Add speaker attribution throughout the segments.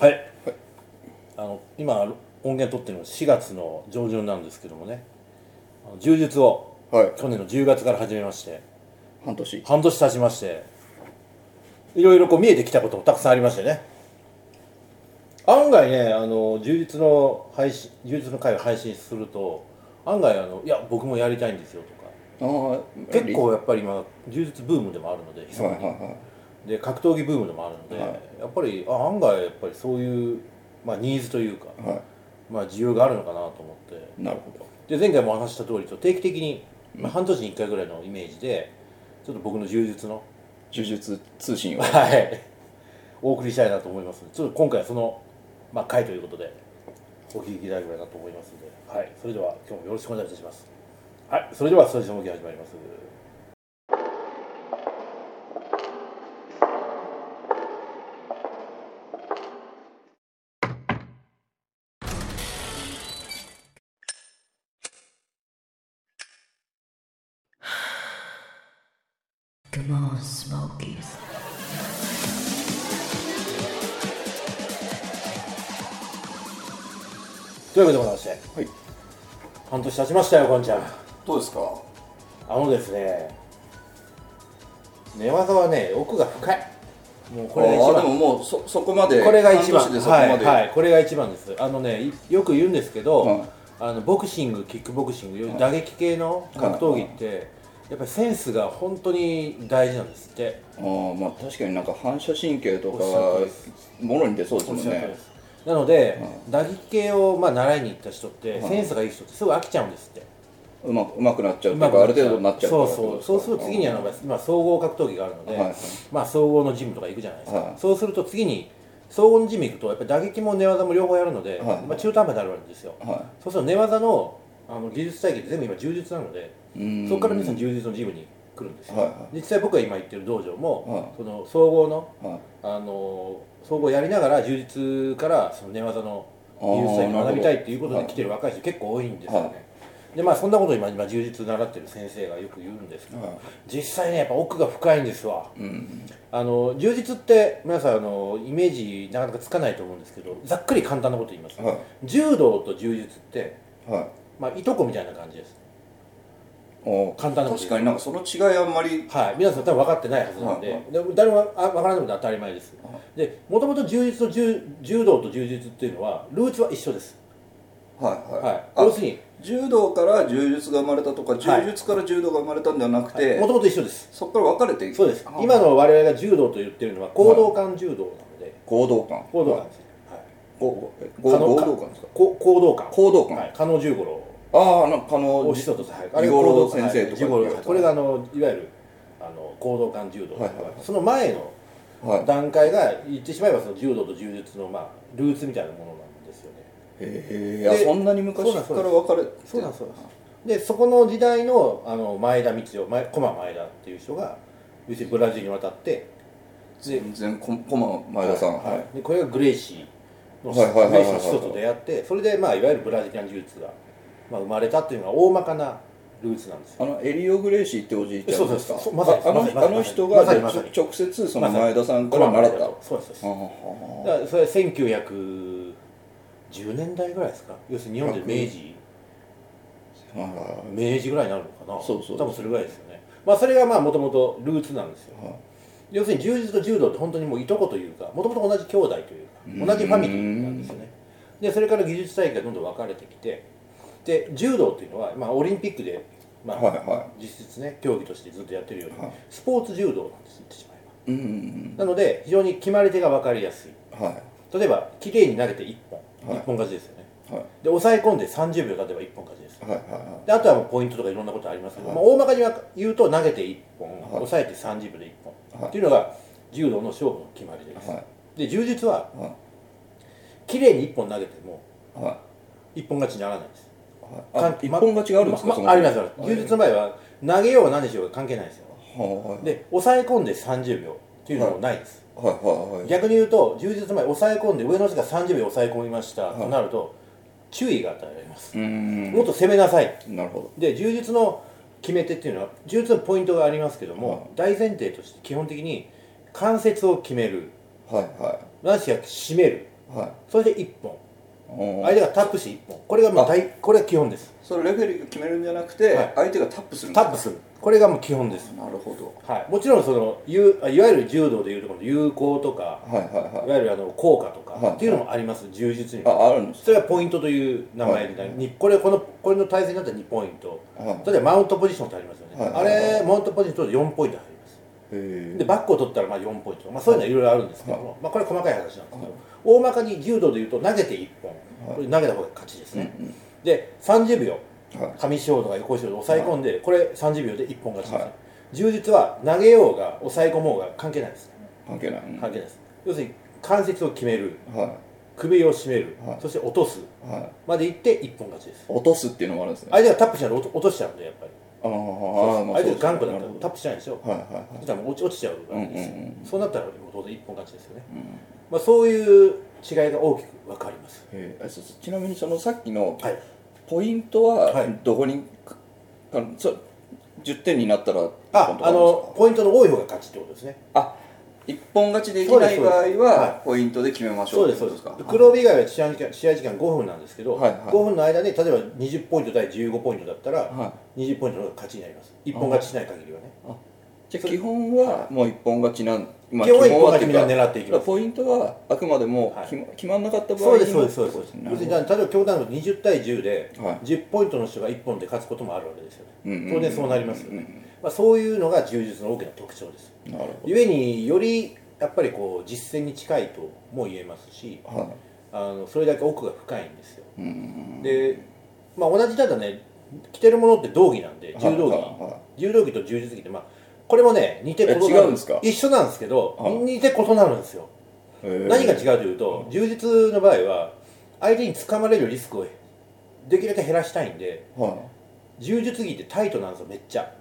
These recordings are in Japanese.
Speaker 1: はい、あの今音源取ってるのは4月の上旬なんですけどもねあの柔術を
Speaker 2: はい
Speaker 1: 去年の10月から始めまして
Speaker 2: 半年
Speaker 1: 半年経ちましていろいろこう見えてきたこともたくさんありましてね案外ねあの充実の配信充実の回を配信すると案外あの「いや僕もやりたいんですよ」とか
Speaker 2: ああ
Speaker 1: 結構やっぱり今充実ブームでもあるので
Speaker 2: はいはいは
Speaker 1: で格闘技ブームでもあるので、
Speaker 2: はい
Speaker 1: やっぱりあ案外やっぱりそういう、まあ、ニーズというか、
Speaker 2: いは
Speaker 1: まあ、需要があるのかなと思って
Speaker 2: いなるほど
Speaker 1: で前回もお話しした通りちょっと定期的に、まあ、半年に1回ぐらいのイメージでちょっと僕の柔術の
Speaker 2: 呪術通信を
Speaker 1: はい、お送りしたいなと思いますのでちょっと今回はその、まあ、回ということでお聞きいただければなと思いますので、はい、それでは今日もよろしくお願いいたしますはいそれではスタジオの動き始まりますというわけでございまして
Speaker 2: はい
Speaker 1: 半年経ちましたよこんちゃん
Speaker 2: どうですか
Speaker 1: あのですね寝技はね奥が深いもう
Speaker 2: こ
Speaker 1: こ
Speaker 2: れ
Speaker 1: れ
Speaker 2: あ
Speaker 1: が一
Speaker 2: あで
Speaker 1: 番
Speaker 2: ももうそそこまで
Speaker 1: これが一番
Speaker 2: 半年でそこま
Speaker 1: はい、
Speaker 2: で、
Speaker 1: はい、これが一番ですあのねいよく言うんですけど、
Speaker 2: うん
Speaker 1: あのボクシングキックボクシングより打撃系の格闘技って、やっぱりセンスが本当に大事なんですって
Speaker 2: ああまあ確かになんか反射神経と
Speaker 1: お
Speaker 2: か
Speaker 1: っしゃる
Speaker 2: は
Speaker 1: とおりです
Speaker 2: ものに出そうです
Speaker 1: おっ
Speaker 2: もん
Speaker 1: しゃる通りで
Speaker 2: ね
Speaker 1: すなので、
Speaker 2: う
Speaker 1: 打撃系をまあ習いに行った人って、
Speaker 2: うん
Speaker 1: センスがいい人ってすぐ飽きちゃうんですって
Speaker 2: うまくうまくなっちゃう
Speaker 1: う
Speaker 2: と
Speaker 1: ま
Speaker 2: かあ
Speaker 1: く
Speaker 2: る程度なっちゃう
Speaker 1: そ
Speaker 2: と
Speaker 1: う
Speaker 2: か
Speaker 1: そうそうすると次にあの今総合格闘技があるので、
Speaker 2: はい
Speaker 1: まあ総合のジムとか行くじゃないですか、
Speaker 2: はい
Speaker 1: そうすると次に総合のジム行くとやっぱり打撃も寝技も両方やるので、
Speaker 2: はい
Speaker 1: まあ、中途半端になるわけですよ、
Speaker 2: は
Speaker 1: そうすると寝技のあの技術体系って全部今柔術なので
Speaker 2: いうん
Speaker 1: そこから皆さん柔術のジムに来るんですよ、
Speaker 2: はいはい
Speaker 1: 実際僕が今行ってる道場も、
Speaker 2: はい
Speaker 1: その総合の、
Speaker 2: はい
Speaker 1: あの総合やりながら柔術からその寝技の
Speaker 2: あー
Speaker 1: 技術体系を学びた
Speaker 2: なるほ
Speaker 1: い
Speaker 2: ど
Speaker 1: っていうことで来てる若い人結構多いんですよね、
Speaker 2: は
Speaker 1: でまあそんなことを今今柔術習ってる先生がよく言うんですけど、
Speaker 2: はい
Speaker 1: 実際ねやっぱ奥が深いんですわ
Speaker 2: うん
Speaker 1: あの充実って皆さんあのイメージなかなかつかないと思うんですけどざっくり簡単なこと言います、
Speaker 2: は
Speaker 1: 柔道と柔術って、
Speaker 2: いはい
Speaker 1: まあ、いとこみたいな感じです
Speaker 2: お
Speaker 1: 簡単なこと
Speaker 2: 確かになんかその違いあんまり
Speaker 1: はい皆さん多分分かってないはずなんで,、
Speaker 2: はい
Speaker 1: で誰もあ分からないことは当たり前です、でもともと柔術と柔柔道と柔術っていうのはルーツは一緒です、
Speaker 2: はいはい、
Speaker 1: はい、
Speaker 2: あ
Speaker 1: 要するに
Speaker 2: 柔道から柔術が生まれたとか
Speaker 1: はい
Speaker 2: 柔術から柔道が生まれたんではなくて、
Speaker 1: もともと一緒です
Speaker 2: そこから分かれていく
Speaker 1: そうです
Speaker 2: あ
Speaker 1: 今の我々が柔道と言ってるのは行動感柔道なので、
Speaker 2: 行動感
Speaker 1: 行動感ですね、はい
Speaker 2: ごえご
Speaker 1: 可能
Speaker 2: 合同感ですか
Speaker 1: こ行動感
Speaker 2: 行動感
Speaker 1: はい加納十五郎
Speaker 2: ああなんか可能
Speaker 1: お師匠とはい
Speaker 2: あれ
Speaker 1: が行動
Speaker 2: 先生とか
Speaker 1: はい十五郎
Speaker 2: って言われた
Speaker 1: これがあのいわゆるあの行動感柔道、
Speaker 2: はいはいはい
Speaker 1: その前の
Speaker 2: はい
Speaker 1: 段階が言ってしまえばその柔道と柔術のまあルーツみたいなものなんですよね
Speaker 2: へえ
Speaker 1: で
Speaker 2: そんなに昔
Speaker 1: そうなん
Speaker 2: から分かれて
Speaker 1: そうなんそうなんでそこの時代のあの前田道夫前駒前田っていう人が要するにブラジルに渡ってで
Speaker 2: 全然こコマ前田さん
Speaker 1: はい
Speaker 2: はい、
Speaker 1: でこれがグレイシーの
Speaker 2: はいはいはいはいはい
Speaker 1: グレイシーの人と出会ってそれでまあいわゆるブラジリアン柔術がまあ生まれたっていうのが大まかなルーツなんですよ
Speaker 2: あのエリオ・グレイシーっておじいちゃんですか
Speaker 1: そうそうそうまさに
Speaker 2: ああの
Speaker 1: まさにまさ
Speaker 2: あ
Speaker 1: に
Speaker 2: の人
Speaker 1: ま
Speaker 2: が
Speaker 1: さに
Speaker 2: じゃ
Speaker 1: ま
Speaker 2: あちょ
Speaker 1: さに
Speaker 2: 直接その前田さんから習った
Speaker 1: そうですそうです
Speaker 2: あー
Speaker 1: だからそれは1910年代ぐらいですか要するに日本で明治
Speaker 2: はいはいはい
Speaker 1: 明治ぐらいになるのかな
Speaker 2: そうそう
Speaker 1: 多分それぐらいですよねまあそれがまあもともとルーツなんですよ、要するに柔術と柔道って本当にもういとこというかもともと同じ兄弟というか同じファミリーなんですよねでそれから技術体系がどんどん分かれてきてで柔道っていうのは、まあ、オリンピックで、まあ
Speaker 2: はいは
Speaker 1: 実質ね競技としてずっとやってるように、
Speaker 2: はい
Speaker 1: スポーツ柔道なんです言ってしまえば
Speaker 2: うんうん
Speaker 1: なので非常に決まり手が分かりやすい
Speaker 2: うんは
Speaker 1: 例えば綺麗に投げて1本、
Speaker 2: はい
Speaker 1: 一本勝ちですよね
Speaker 2: いはい
Speaker 1: で抑え込んで30秒経てば1本勝ちです
Speaker 2: はいはいは
Speaker 1: であとはもうポイントとかいろんなことありますけど、
Speaker 2: はい
Speaker 1: まあ、大まかには言うと投げて1本、
Speaker 2: はい
Speaker 1: 抑えて30秒で1本、
Speaker 2: はい
Speaker 1: っていうのが柔道の勝負の決まりです、
Speaker 2: は
Speaker 1: で柔術はい
Speaker 2: は
Speaker 1: 綺麗に1本投げても
Speaker 2: いはい
Speaker 1: 1本勝ちにならないです
Speaker 2: あ
Speaker 1: か
Speaker 2: 一本勝ちがあるんですか、
Speaker 1: ま
Speaker 2: そ
Speaker 1: ま
Speaker 2: の
Speaker 1: ありますあります柔術の場合は投げようが何しようが関係ないですよ
Speaker 2: はい
Speaker 1: で抑え込んで30秒っていうのもないです、
Speaker 2: はいはいはい
Speaker 1: 逆に言うと充実前抑え込んで上の人が30秒抑え込みました、
Speaker 2: はい
Speaker 1: となると注意が与えられます、
Speaker 2: うーん
Speaker 1: もっと攻めなさい
Speaker 2: なるほ
Speaker 1: で充実の決め手っていうのは充実のポイントがありますけども、大前提として基本的に関節を決める
Speaker 2: どはいは
Speaker 1: 何しか締める
Speaker 2: いはい
Speaker 1: それで1本
Speaker 2: おー
Speaker 1: 相手がタップして1本これがまあ大これが基本です
Speaker 2: それレフェリーが決めるんじゃなくて、
Speaker 1: はい
Speaker 2: 相手がタップするん
Speaker 1: タ
Speaker 2: だ
Speaker 1: ップするこれがもう基本です、
Speaker 2: なるほど
Speaker 1: はい、もちろんそのゆあいわゆる柔道でいうところの有効とか
Speaker 2: はいはい
Speaker 1: い
Speaker 2: はい
Speaker 1: わゆるあの効果と
Speaker 2: はい
Speaker 1: かっていうのもあります柔術には
Speaker 2: ああるんです
Speaker 1: それはポイントという名前になり、にこれこのこれの対戦だったら2ポイント
Speaker 2: はい
Speaker 1: 例えばマウントポジションってありますよね、
Speaker 2: はいはいはい
Speaker 1: あれマウントポジション取ると4ポイント入ります
Speaker 2: へ
Speaker 1: でバックを取ったらまあ4ポイント、まあ、そういうのはいろいろあるんですけども、まあ、これ細かい話なんですけど、大まかに柔道でいうと投げて1本、これ投げた方が勝ちですね、で30秒
Speaker 2: えはい
Speaker 1: 上四方とか横四方で抑え込んで、これ30秒で1本勝ちです、
Speaker 2: はい
Speaker 1: 柔術は投げようが抑え込もうが関係ないです、
Speaker 2: 関係ないうん
Speaker 1: 関係ないです要するに関節を決める
Speaker 2: は
Speaker 1: 首を絞める、
Speaker 2: はい
Speaker 1: そして落とす
Speaker 2: いはい
Speaker 1: までいって一本勝ちです
Speaker 2: 落とすっていうのもあるんですね
Speaker 1: 相手がタップしないと落と落としちゃうんでやっぱり
Speaker 2: あーあーまあ
Speaker 1: 相手が頑固だ
Speaker 2: な
Speaker 1: っ
Speaker 2: る
Speaker 1: たら
Speaker 2: ほ
Speaker 1: タ
Speaker 2: ど
Speaker 1: ップしないでしょ、
Speaker 2: はいはいはい
Speaker 1: そしたらもう落ち落ちちゃうわけですよ、
Speaker 2: うんうん
Speaker 1: そうなったらもう当然一本勝ちですよね、まあ、そういう違いが大きく分かります
Speaker 2: えーあそうそうちなみにそのさっきの
Speaker 1: はい
Speaker 2: ポイント
Speaker 1: は
Speaker 2: はいどこにか、そ10点になったら
Speaker 1: ああのポイントの多い方が勝ちってことですね
Speaker 2: あ一本勝ちできない場合
Speaker 1: そうですそうですは
Speaker 2: はポイントで決めましょ
Speaker 1: そう
Speaker 2: う
Speaker 1: で
Speaker 2: っ
Speaker 1: す
Speaker 2: て
Speaker 1: そう
Speaker 2: こと
Speaker 1: で
Speaker 2: ですすか
Speaker 1: 黒帯以外は試合時間試合時間5分なんですけど、
Speaker 2: はいはい
Speaker 1: 5分の間に例えば20ポイント対15ポイントだったら、
Speaker 2: は
Speaker 1: 20ポイントの方が勝ちになります一本勝ちしない限りはね
Speaker 2: じゃあ基本はもう一本勝ちなん、ま
Speaker 1: 基本は一本
Speaker 2: っ
Speaker 1: 勝
Speaker 2: て
Speaker 1: ち
Speaker 2: い
Speaker 1: み
Speaker 2: うん
Speaker 1: な
Speaker 2: か
Speaker 1: 狙っていきます
Speaker 2: ポイントはあくまでも
Speaker 1: はい
Speaker 2: 決ま,、決まんなかった場
Speaker 1: そ
Speaker 2: 合
Speaker 1: う
Speaker 2: に
Speaker 1: ですそうですそうです
Speaker 2: ってこと
Speaker 1: 要す
Speaker 2: で
Speaker 1: る
Speaker 2: す
Speaker 1: に
Speaker 2: ね
Speaker 1: 例えば極端な20対10で
Speaker 2: はい
Speaker 1: 10ポイントの人が1本で勝つこともあるわけですよ
Speaker 2: うんうんう
Speaker 1: ね
Speaker 2: ん
Speaker 1: 当然そうなりますよねまあそういうのが柔術の大きな特徴です
Speaker 2: なるほ
Speaker 1: ゆえによりやっぱりこう実践に近いとも言えますし
Speaker 2: どは
Speaker 1: あのそれだけ奥が深いんですよ
Speaker 2: いうん
Speaker 1: でまあ同じただね着てるものって道着なんで柔道
Speaker 2: はいはいは
Speaker 1: 着柔道着と柔術着ってまあこれもね似て異なる
Speaker 2: え違うんですか
Speaker 1: 一緒なんですけど
Speaker 2: はい
Speaker 1: 似て異なるんですよ
Speaker 2: へー
Speaker 1: 何が違うというと柔術の場合は相手に掴まれるリスクをできるだけ減らしたいんで
Speaker 2: はい
Speaker 1: 柔術着ってタイトなんですよめっちゃ、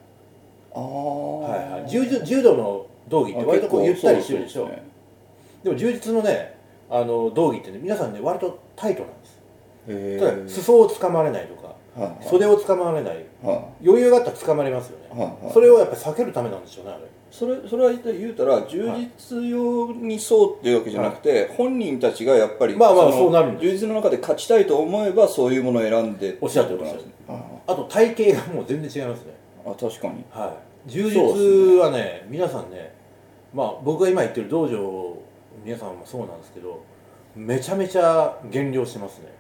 Speaker 2: ああ
Speaker 1: はいはい、柔術柔道の道着って割とこうゆったりしてるでしょでも柔術のねあの道着ってね皆さんね割とタイトなんです
Speaker 2: へ
Speaker 1: ただ裾を掴まれないとか
Speaker 2: はいはい
Speaker 1: 袖を掴まれない
Speaker 2: は
Speaker 1: 余裕があったら掴まれますよね、
Speaker 2: はいはい
Speaker 1: それをやっぱり避けるためなんでしょうねあれ
Speaker 2: それそれは言うたら充実用にそうっていうわけじゃなくて、本人たちがやっぱり
Speaker 1: まあまあ
Speaker 2: の
Speaker 1: そうなるんです
Speaker 2: 充実の中で勝ちたいと思えばそういうものを選んで
Speaker 1: おっしゃって
Speaker 2: こ
Speaker 1: ま
Speaker 2: と
Speaker 1: した
Speaker 2: なんですねあ
Speaker 1: あと体型がもう全然違いますね
Speaker 2: ああ確かに
Speaker 1: はい、充実はね皆さんね、まあ、僕が今言ってる道場皆さんもそうなんですけどめちゃめちゃ減量してますね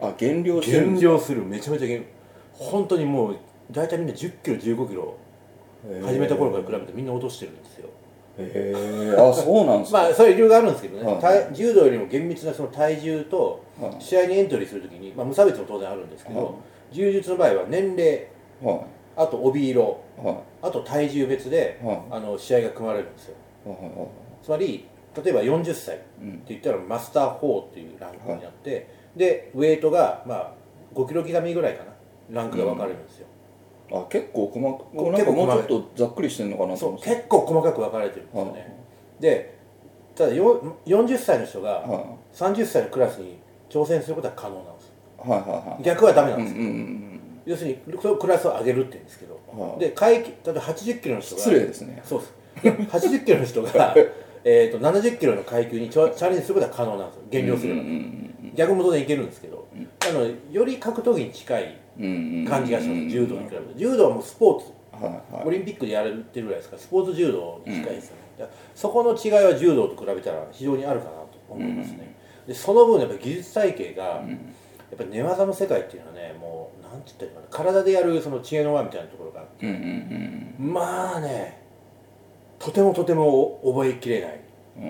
Speaker 2: あ減量してるん
Speaker 1: 減
Speaker 2: です
Speaker 1: 量するめちゃめちゃ減本当にもう大体みんな1 0キロ1 5キロ始めた頃から比べてみんな落としてるんですよ
Speaker 2: へえあそうなん ですか、
Speaker 1: まあそれ理由があるんですけどね、
Speaker 2: はい
Speaker 1: 体柔道よりも厳密なその体重と
Speaker 2: はい
Speaker 1: 試合にエントリーするときに、まあ、無差別も当然あるんですけど、
Speaker 2: はい
Speaker 1: 柔術の場合は年齢
Speaker 2: は
Speaker 1: あと帯色
Speaker 2: いはい
Speaker 1: あと体重別で、
Speaker 2: はい
Speaker 1: あの試合が組まれるんですよ
Speaker 2: はいはいは
Speaker 1: つまり例えば40歳って
Speaker 2: いうん
Speaker 1: 言ったらマスター4っていうランクになって、でウェイトがまあ5キロ刻みぐらいかなランクが分かれるんですよ、
Speaker 2: あ結構細か
Speaker 1: こ
Speaker 2: こうなんか
Speaker 1: 結構
Speaker 2: も
Speaker 1: 細かいう
Speaker 2: ちょっとざっくりしてんのかなと
Speaker 1: そう
Speaker 2: 思って
Speaker 1: 結構細かく分かれてるんですよね、でただよ40歳の人
Speaker 2: はい
Speaker 1: が
Speaker 2: は
Speaker 1: 30歳のクラスに挑戦することは可能なんです
Speaker 2: いはい
Speaker 1: 逆はダメな
Speaker 2: は
Speaker 1: ん
Speaker 2: いうん
Speaker 1: で
Speaker 2: う
Speaker 1: すよ、
Speaker 2: んうん
Speaker 1: 要するにそのクラスを上げるって言うんですけど、
Speaker 2: はい
Speaker 1: で階級例えば80キロの人が
Speaker 2: 失礼ですね
Speaker 1: そうです80キロの人 がえーと70キロの階級にチャチャレンジすることは可能なんですよ減量すれば、
Speaker 2: うんうん
Speaker 1: 逆も当然いけるんですけど、あのより格闘技に近い
Speaker 2: うんうんうん
Speaker 1: 感じがします、柔道に比べて柔道はもうスポーツ
Speaker 2: はいはい
Speaker 1: オリンピックでやれてるぐらいですからスポーツ柔道に近いですよね、だからそこの違いは柔道と比べたら非常にあるかなと思いますね、でその分やっぱ技術体系が、やっぱ寝技の世界っていうのはねもうなんて言ったらいいかな体でやるその知恵の輪みたいなところが
Speaker 2: うんうん
Speaker 1: まあねとてもとても覚えきれない
Speaker 2: うんう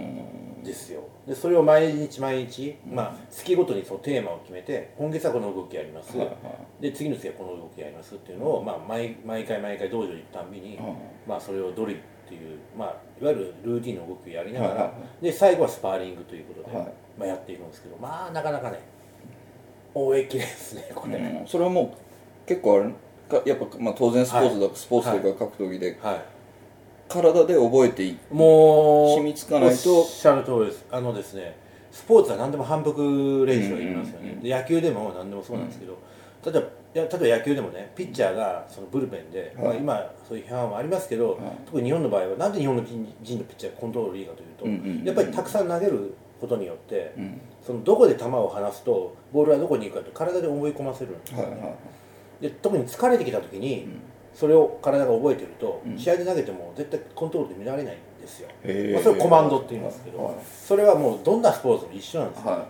Speaker 2: ん
Speaker 1: ですよでそれを毎日毎日、まあ、月ごとにそのテーマを決めて今月はこの動きやります、
Speaker 2: はいは
Speaker 1: で次の月はこの動きやりますっていうのを、まあ、毎毎回毎回道場に行くたんびに、
Speaker 2: はい
Speaker 1: まあ、それをドリルっていう、まあ、いわゆるルーティンの動きをやりながら、
Speaker 2: はいはいは
Speaker 1: で最後はスパーリングということで、
Speaker 2: はい
Speaker 1: まあ、やっていくんですけどまあなかなかね覚えきれんですねこれ、
Speaker 2: うんそれはもう結構あれかやっぱ、まあ、当然スポーツだ、スポーツというか格闘技で、
Speaker 1: はい
Speaker 2: 体で覚えてい
Speaker 1: もう
Speaker 2: 染みつかないと
Speaker 1: おっしゃる通りですあのですねスポーツは何でも反復練習がいりますよね、で野球でも何でもそうなんですけど、例えばいや例えば野球でもねピッチャーがそのブルペンで、
Speaker 2: はい
Speaker 1: まあ、今そういう批判はありますけど、特に日本の場合はなんで日本の人人のピッチャーがコントロールいいかというと、
Speaker 2: うんうんうん
Speaker 1: やっぱりたくさん投げることによって、
Speaker 2: うん
Speaker 1: そのどこで球を離すとボールはどこに行くかと体で思い込ませるんですよ
Speaker 2: はい
Speaker 1: ね、
Speaker 2: は
Speaker 1: で特に疲れてきた時に、
Speaker 2: いうん
Speaker 1: それを体が覚えてると、
Speaker 2: うん
Speaker 1: 試合で投げても絶対コントロールで見られないんですよ、
Speaker 2: へー
Speaker 1: まあ、それをコマンドって言いますけど、
Speaker 2: はい
Speaker 1: それはもうどんなスポーツも一緒なんですよ、
Speaker 2: は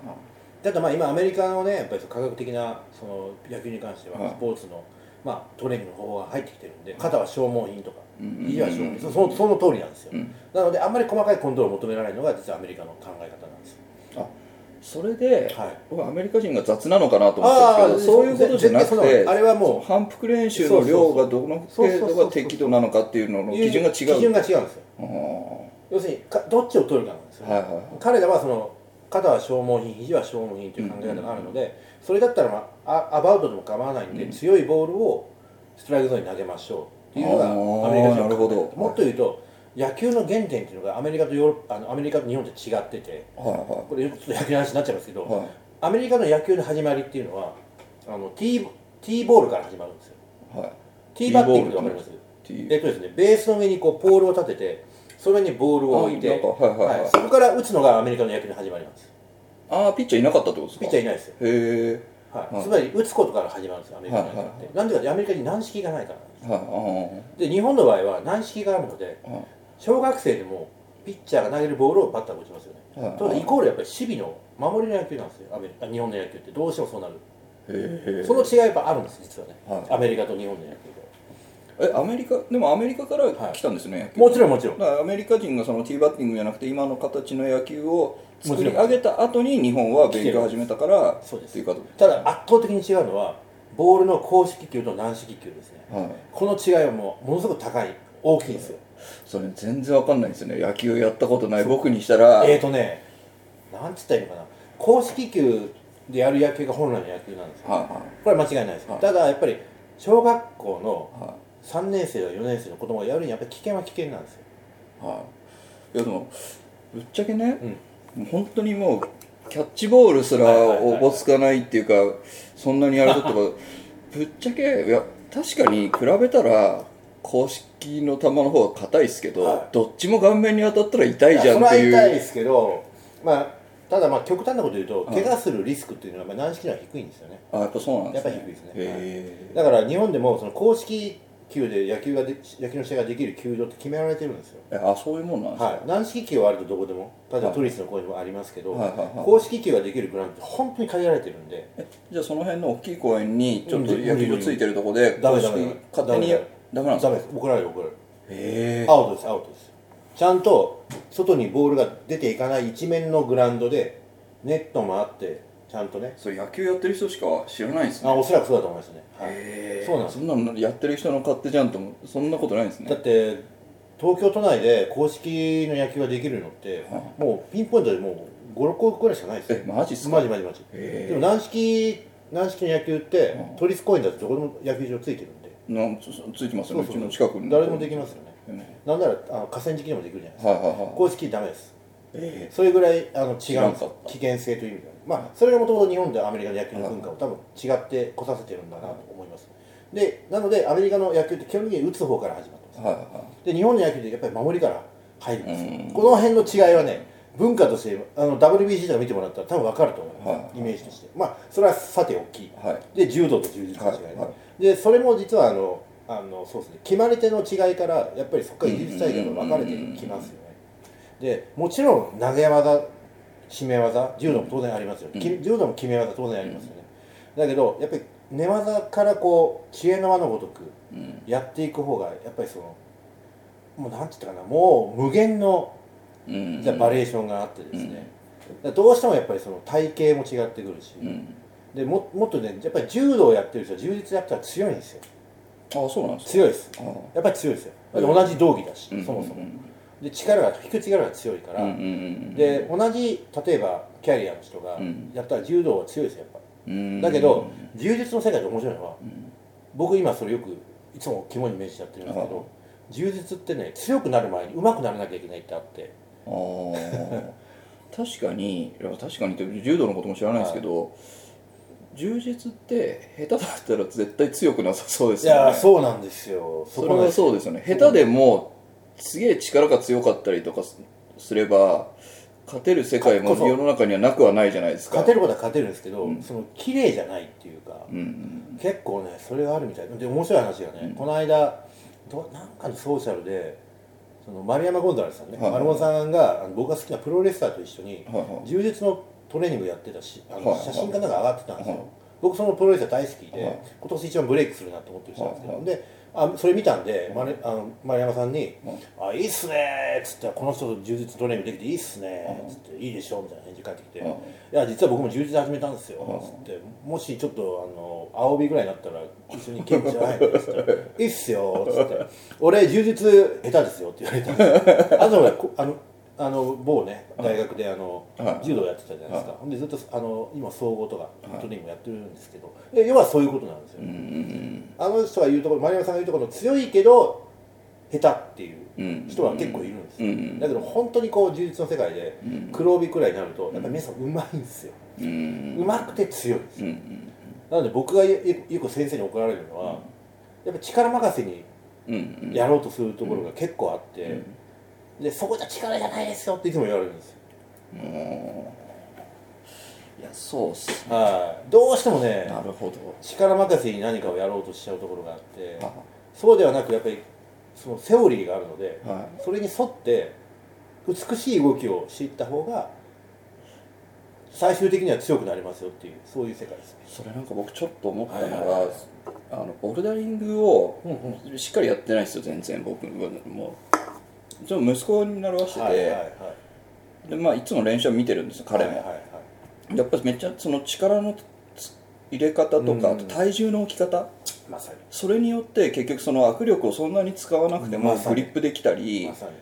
Speaker 1: ただまあ今アメリカのねやっぱりその科学的なその野球に関して
Speaker 2: はい
Speaker 1: はスポーツの、まあ、トレーニングの方法が入ってきてるんで肩は消耗品とか
Speaker 2: うんうんうん
Speaker 1: 肘は消耗品そそその通りなんですよ、
Speaker 2: いうん
Speaker 1: なのであんまり細かいコントロールを求められないのが実はアメリカの考え方なんですよ
Speaker 2: あそれで、
Speaker 1: はい
Speaker 2: 僕アメリカ人が雑なのかなと思ったんですけど
Speaker 1: あー
Speaker 2: そういうことじゃなく
Speaker 1: 絶対
Speaker 2: て
Speaker 1: そうあれはもう
Speaker 2: 反復練習の量がどの
Speaker 1: そうそう
Speaker 2: 程
Speaker 1: そう
Speaker 2: 度が適度なのかっていうのの基準が違う
Speaker 1: 基準が違うんですよ
Speaker 2: あー
Speaker 1: 要するにかどっちを取るかなんですよ、
Speaker 2: はいは
Speaker 1: 彼らはその肩は消耗品肘は消耗品という考え方があるので、それだったら、まあ、あアバウトでも構わないんで、強いボールをストライクゾーンに投げましょうっていうのが
Speaker 2: あー
Speaker 1: アメリカ人
Speaker 2: なる
Speaker 1: の
Speaker 2: ほ
Speaker 1: 考え
Speaker 2: ど
Speaker 1: 方もっと言うと野球の原点っていうのがアメリカとヨーロッパあのアメリカと日本で違ってて
Speaker 2: いはいは
Speaker 1: これちょっと野球の話になっちゃいますけど、
Speaker 2: はい
Speaker 1: アメリカの野球の始まりっていうのはあの T, T ボールから始まるんですよ
Speaker 2: いはい
Speaker 1: T バッティングってわかります
Speaker 2: T
Speaker 1: えっとですね、ベースの上にこうポールを立ててそれにボールを置いて、
Speaker 2: あなんかはいはいはい
Speaker 1: そこから打つのがアメリカの野球の始まりなんです
Speaker 2: ああピッチャーいなかったってことですか
Speaker 1: ピッチャーいないですよ、
Speaker 2: へえ
Speaker 1: はい
Speaker 2: はい
Speaker 1: つまり打つことから始まるんですよアメリカの野球って、
Speaker 2: はいはい
Speaker 1: なんでかってアメリカに軟式がないからなんで
Speaker 2: はいあ
Speaker 1: すで日本の場合は軟式があるので
Speaker 2: ーはい
Speaker 1: 小学生でもピッチャーが投げるボールをバッターが打ちますよね、
Speaker 2: はいはい
Speaker 1: ということでイコールやっぱり守備の守りの野球なんですよアメリカ日本の野球ってどうしてもそうなる
Speaker 2: へえ
Speaker 1: その違いやっぱあるんです実はね、
Speaker 2: はい
Speaker 1: アメリカと日本の野球で
Speaker 2: えアメリカでもアメリカから来たんですね、
Speaker 1: もちろんもちろん
Speaker 2: だからアメリカ人がそのティーバッティングじゃなくて今の形の野球を作り上げた後に日本は勉強を始めたから
Speaker 1: そうです
Speaker 2: っていうこと
Speaker 1: ただ圧倒的に違うのはボールの公式球と軟式球ですね
Speaker 2: はい
Speaker 1: この違いはもうものすごく高い大きいんですよ
Speaker 2: それ全然わかんないですね野球やったことない僕にしたら
Speaker 1: えーとねなんつったらいいのかな公式球でやる野球が本来の野球なんですよ
Speaker 2: は
Speaker 1: これは間違いないです、
Speaker 2: はい
Speaker 1: ただやっぱり小学校
Speaker 2: い
Speaker 1: の
Speaker 2: は
Speaker 1: 3年生や4年生の子供がやるにはやっぱり危険は危険なんですよ
Speaker 2: いはいいやでもぶっちゃけね
Speaker 1: うん、
Speaker 2: もう本当にもうキャッチボールすらおぼつかないっていうかそんなにやるこ ととかぶっちゃけいや確かに比べたら公式の球の方が硬いですけど、
Speaker 1: はい
Speaker 2: どっちも顔面に当たったら痛い
Speaker 1: い
Speaker 2: じ
Speaker 1: や
Speaker 2: ゃ
Speaker 1: そ
Speaker 2: ん
Speaker 1: れ
Speaker 2: っ
Speaker 1: は
Speaker 2: ていう
Speaker 1: 痛いですけどまあただまあ極端なこと言うと
Speaker 2: はい
Speaker 1: 怪我するリスクっていうのはまあ軟式のは低いんですよね
Speaker 2: あやっぱそうなんですね
Speaker 1: やっぱ低いですね
Speaker 2: へえ
Speaker 1: だから日本でもその公式球で野球がで野球の試合ができる球場って決められてるんですよ
Speaker 2: えあそういうもんなんですか、
Speaker 1: はい、軟式球はあるとどこでも例えば
Speaker 2: はい
Speaker 1: 都立の公園もありますけど、
Speaker 2: はいはいはい
Speaker 1: 公式球ができるグラウンドって本当に限られてるんで
Speaker 2: えじゃあその辺の大きい公園にちょっと
Speaker 1: うん
Speaker 2: 野球部ついてるとこで
Speaker 1: ダメダ
Speaker 2: 公式
Speaker 1: メ
Speaker 2: 勝手に
Speaker 1: ダ
Speaker 2: や
Speaker 1: メ
Speaker 2: ダメなん
Speaker 1: ダメで
Speaker 2: ですか
Speaker 1: す怒られる怒られる
Speaker 2: へえ
Speaker 1: アウトですアウトですちゃんと外にボールが出ていかない一面のグラウンドでネットもあってちゃんとね
Speaker 2: それ野球やってる人しか知らないんですね
Speaker 1: あおそらくそうだと思いますね、はい、
Speaker 2: へえ
Speaker 1: そうなんです
Speaker 2: そんなのやってる人の勝手じゃんと思うそんなことないんですね
Speaker 1: だって東京都内で公式の野球ができるのって、
Speaker 2: は
Speaker 1: もうピンポイントでもう56個ぐらいしかないですよ
Speaker 2: えマジっすか
Speaker 1: マジマジマジ
Speaker 2: へえ
Speaker 1: でも軟式軟式の野球って
Speaker 2: うん
Speaker 1: 都立公園だとどこでも野球場ついてるんで
Speaker 2: なんつついてます
Speaker 1: そう
Speaker 2: よね
Speaker 1: そう
Speaker 2: うちの近くに
Speaker 1: 誰でもできますよね
Speaker 2: うん
Speaker 1: なんならあの河川敷でもできるじゃないです
Speaker 2: はいはい
Speaker 1: か
Speaker 2: はい
Speaker 1: 公式ダメです
Speaker 2: え
Speaker 1: それぐらいあの違うん
Speaker 2: な
Speaker 1: です
Speaker 2: かっ
Speaker 1: よ
Speaker 2: た
Speaker 1: 危険性という意味ではまあそれがもともと日本とアメリカの野球の文化を多分違ってこさせてるんだなと思いますでなのでアメリカの野球って基本的に打つ方から始まってます
Speaker 2: えはいは
Speaker 1: で日本の野球ってやっぱり守りから入るんですよ
Speaker 2: うん
Speaker 1: この辺の違いはね文化としてあの WBC とか見てもらったら多分分かると思います、
Speaker 2: はい
Speaker 1: イメージとしてまあそれはさておき、
Speaker 2: いはい
Speaker 1: で柔道と柔術の違いね、
Speaker 2: はいは
Speaker 1: でそれも実はあのあのそうですね決まり手の違いからやっぱりそこから技術体系が分かれてきますよねでもちろん投げ技締め技柔道も当然ありますよ、き柔道も決め技当然ありますよね、だけどやっぱり寝技からこう知恵の輪のごとく
Speaker 2: うん
Speaker 1: やっていく方がやっぱりそのもうなんて言ったかなもう無限の
Speaker 2: うん
Speaker 1: じゃあバリエーションがあってですね、だからどうしてもやっぱりその体型も違ってくるし、
Speaker 2: うん
Speaker 1: でももっとねやっぱり柔道やってる人は柔術やったら強いんですよ
Speaker 2: あそうなんですか
Speaker 1: 強いです
Speaker 2: あ
Speaker 1: やっぱり強いですよだって同じ道着だし、
Speaker 2: うん
Speaker 1: そもそも
Speaker 2: うん
Speaker 1: で力が引く力が強いから、
Speaker 2: うんうんうん
Speaker 1: で同じ例えばキャリアの人が
Speaker 2: うん
Speaker 1: やったら柔道は強いですよやっぱ
Speaker 2: うん
Speaker 1: だけど柔術の世界で面白いのは、僕今それよくいつも肝に銘じちゃってるんですけ
Speaker 2: あ
Speaker 1: ど柔術ってね強くなる前に上手くならなきゃいけないってあって
Speaker 2: あー確かにいや確かにって柔道のことも知らないですけど、柔術って下手だったら絶対強くなさそうで
Speaker 1: い
Speaker 2: すよね
Speaker 1: やーそうなんですよ
Speaker 2: それは
Speaker 1: う
Speaker 2: そうですよね下手でもすげえ力が強かったりとかすすれば勝てる世界も
Speaker 1: こそ
Speaker 2: 世の中にはなくはないじゃないですか
Speaker 1: 勝てることは勝てるんですけど、
Speaker 2: うん
Speaker 1: その綺麗じゃないっていうか、
Speaker 2: うん
Speaker 1: 結構ねそれがあるみたいで面白い話がね、この間どなんかのソーシャルでその丸山ゴンザレスさんね、
Speaker 2: はい
Speaker 1: 丸山さんがあの僕が好きなプロレスラーと一緒に
Speaker 2: はいはい
Speaker 1: 柔術のトレーニングやってたしあの
Speaker 2: はいはい
Speaker 1: 写真かなんか上がってたんですよ、
Speaker 2: はい
Speaker 1: 僕そのプロレスラー大好きで、
Speaker 2: はい
Speaker 1: 今年一番ブレイクするなと思ってる人なんですけど、
Speaker 2: はい
Speaker 1: であそれ見たんで、丸あの丸山さんに
Speaker 2: は
Speaker 1: 「
Speaker 2: い
Speaker 1: あいいっすね」っつって「この人と柔術トレーニングできていいっすね」っつって「いいでしょ」みたいな返事返ってきて「
Speaker 2: はい
Speaker 1: いや実は僕も柔術始めたんですよ」
Speaker 2: はい
Speaker 1: つって。ってもしちょっとあの青帯ぐらいになったら一緒に稽古しないのっつったら「いいっすよ」っつって「俺柔術下手ですよ」って言われたんですよあと俺こあのあの某ね大学であの
Speaker 2: はい
Speaker 1: 柔道やってたじゃないですかほんでずっとあの今総合とかトレーニングやってるんですけどで要はそういうことなんですよ
Speaker 2: うん
Speaker 1: あの人が言うところ丸山さんが言うところの強いけど下手っていう
Speaker 2: うん
Speaker 1: 人は結構いるんです
Speaker 2: う
Speaker 1: よ
Speaker 2: ん
Speaker 1: だけど本当にこう柔術の世界で黒帯くらいになるとやっぱり皆さんうまいんですよ
Speaker 2: うん
Speaker 1: うまくて強いんです
Speaker 2: うんうん
Speaker 1: なので僕がよよく先生に怒られるのは、やっぱ力任せに
Speaker 2: うん
Speaker 1: やろうとするところが結構あって、でそこじゃ力じゃないですよっていつも言われるんですよ、
Speaker 2: もういやそうっす
Speaker 1: はいどうしてもね
Speaker 2: なるほど
Speaker 1: 力任せに何かをやろうとしちゃうところがあって
Speaker 2: あ
Speaker 1: そうではなくやっぱりそのセオリーがあるので、
Speaker 2: は
Speaker 1: それに沿って美しい動きをしていった方が最終的には強くなりますよっていうそういう世界ですね、
Speaker 2: それなんか僕ちょっと思ったのが、
Speaker 1: はいはいはい
Speaker 2: あのボルダリングを
Speaker 1: うんうん
Speaker 2: しっかりやってないですよ全然僕もうちょっと息子に習わしてて、
Speaker 1: はいはいはい
Speaker 2: でまあ、いつも練習は見てるんですよ彼も、
Speaker 1: はいはいはい
Speaker 2: やっぱりめっちゃその力のつ入れ方と
Speaker 1: うん
Speaker 2: かあと体重の置き方
Speaker 1: まさに
Speaker 2: それによって結局その握力をそんなに使わなくても
Speaker 1: まさ
Speaker 2: グ
Speaker 1: に
Speaker 2: リップできたり
Speaker 1: まさに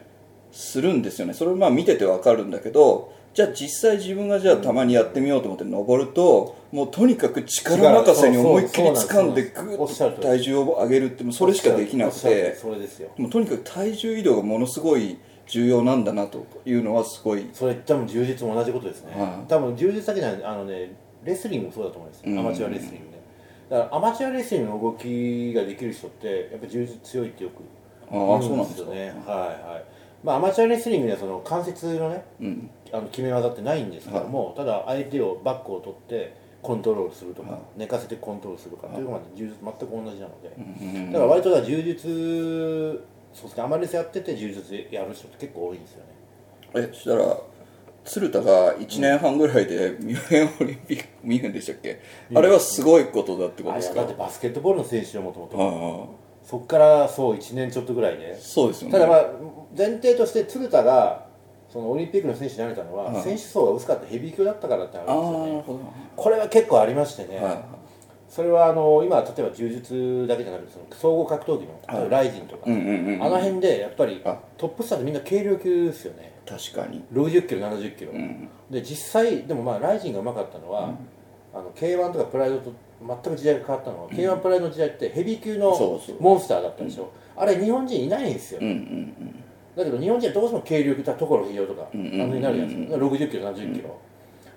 Speaker 2: するんですよねそれまあ見ててわかるんだけどじゃあ実際自分がじゃあたまにやってみようと思って登るともうとにかく力任せに思いっきり掴んで
Speaker 1: そうそう
Speaker 2: グ
Speaker 1: そうおっしゃ
Speaker 2: ッ
Speaker 1: る
Speaker 2: と
Speaker 1: 通り
Speaker 2: 体重を上げるってもうそれしかできなく
Speaker 1: おっしゃる
Speaker 2: て
Speaker 1: それですよ
Speaker 2: もうとにかく体重移動がものすごい重要なんだなというのはすごい
Speaker 1: それ多分充実も同じことですね、
Speaker 2: はい
Speaker 1: 多分充実だけじゃないあのねレスリングもそうだと思います
Speaker 2: うん
Speaker 1: アマチュアレスリングねだからアマチュアレスリングの動きができる人ってやっぱ充実強いってよく
Speaker 2: ああ
Speaker 1: 言
Speaker 2: そうなんです
Speaker 1: よ
Speaker 2: か
Speaker 1: ねはいはいまあアマチュアレスリングにはその関節のね
Speaker 2: うん
Speaker 1: あの決め技ってないんですけども、ただ相手をバックを取ってコントロールするとか、
Speaker 2: はい
Speaker 1: 寝かせてコントロールするとかっていうのが柔術全く同じなので、
Speaker 2: うん
Speaker 1: だから割とだから柔術そうですねアマレスやってて柔術やる人って結構多いんですよね
Speaker 2: えそしたら鶴田が1年半ぐらいでミュンヘンオリン ピックミュンヘンでしたっけあれはすごいことだってこと
Speaker 1: あ
Speaker 2: で
Speaker 1: れ
Speaker 2: す
Speaker 1: は
Speaker 2: か
Speaker 1: だってバスケットボールの選手よもともと
Speaker 2: ああ
Speaker 1: そっからそう1年ちょっとぐらいで、
Speaker 2: そうですよね
Speaker 1: ただまあ前提として鶴田がそのオリンピックの選手になれたのは、
Speaker 2: はい
Speaker 1: 選手層が薄かったヘビー級だったからってあるん
Speaker 2: あ
Speaker 1: で
Speaker 2: あ
Speaker 1: す
Speaker 2: ー
Speaker 1: よ
Speaker 2: なる
Speaker 1: ね
Speaker 2: ほど
Speaker 1: これは結構ありましてね、
Speaker 2: は
Speaker 1: それはあの今例えば柔術だけじゃなくてその総合格闘技の、例えばライジンとか、
Speaker 2: いうんうんうん
Speaker 1: あの辺でやっぱり
Speaker 2: あ
Speaker 1: トップスターってみんな軽量級ですよね
Speaker 2: 確かに
Speaker 1: 60キロ70キロ、
Speaker 2: うん
Speaker 1: で実際でもまあライジンがうまかったのは、あの K1 とかプライドと全く時代が変わったのは、K1 プライドの時代ってヘビー級
Speaker 2: そう
Speaker 1: の
Speaker 2: そう
Speaker 1: モンスターだったでしょあれ日本人いないんですよ、
Speaker 2: うんうん
Speaker 1: だけど日本人はどうしても軽量級とか所肥料とか、
Speaker 2: うんうん
Speaker 1: あの辺になるじゃないですか60キロ70キロ、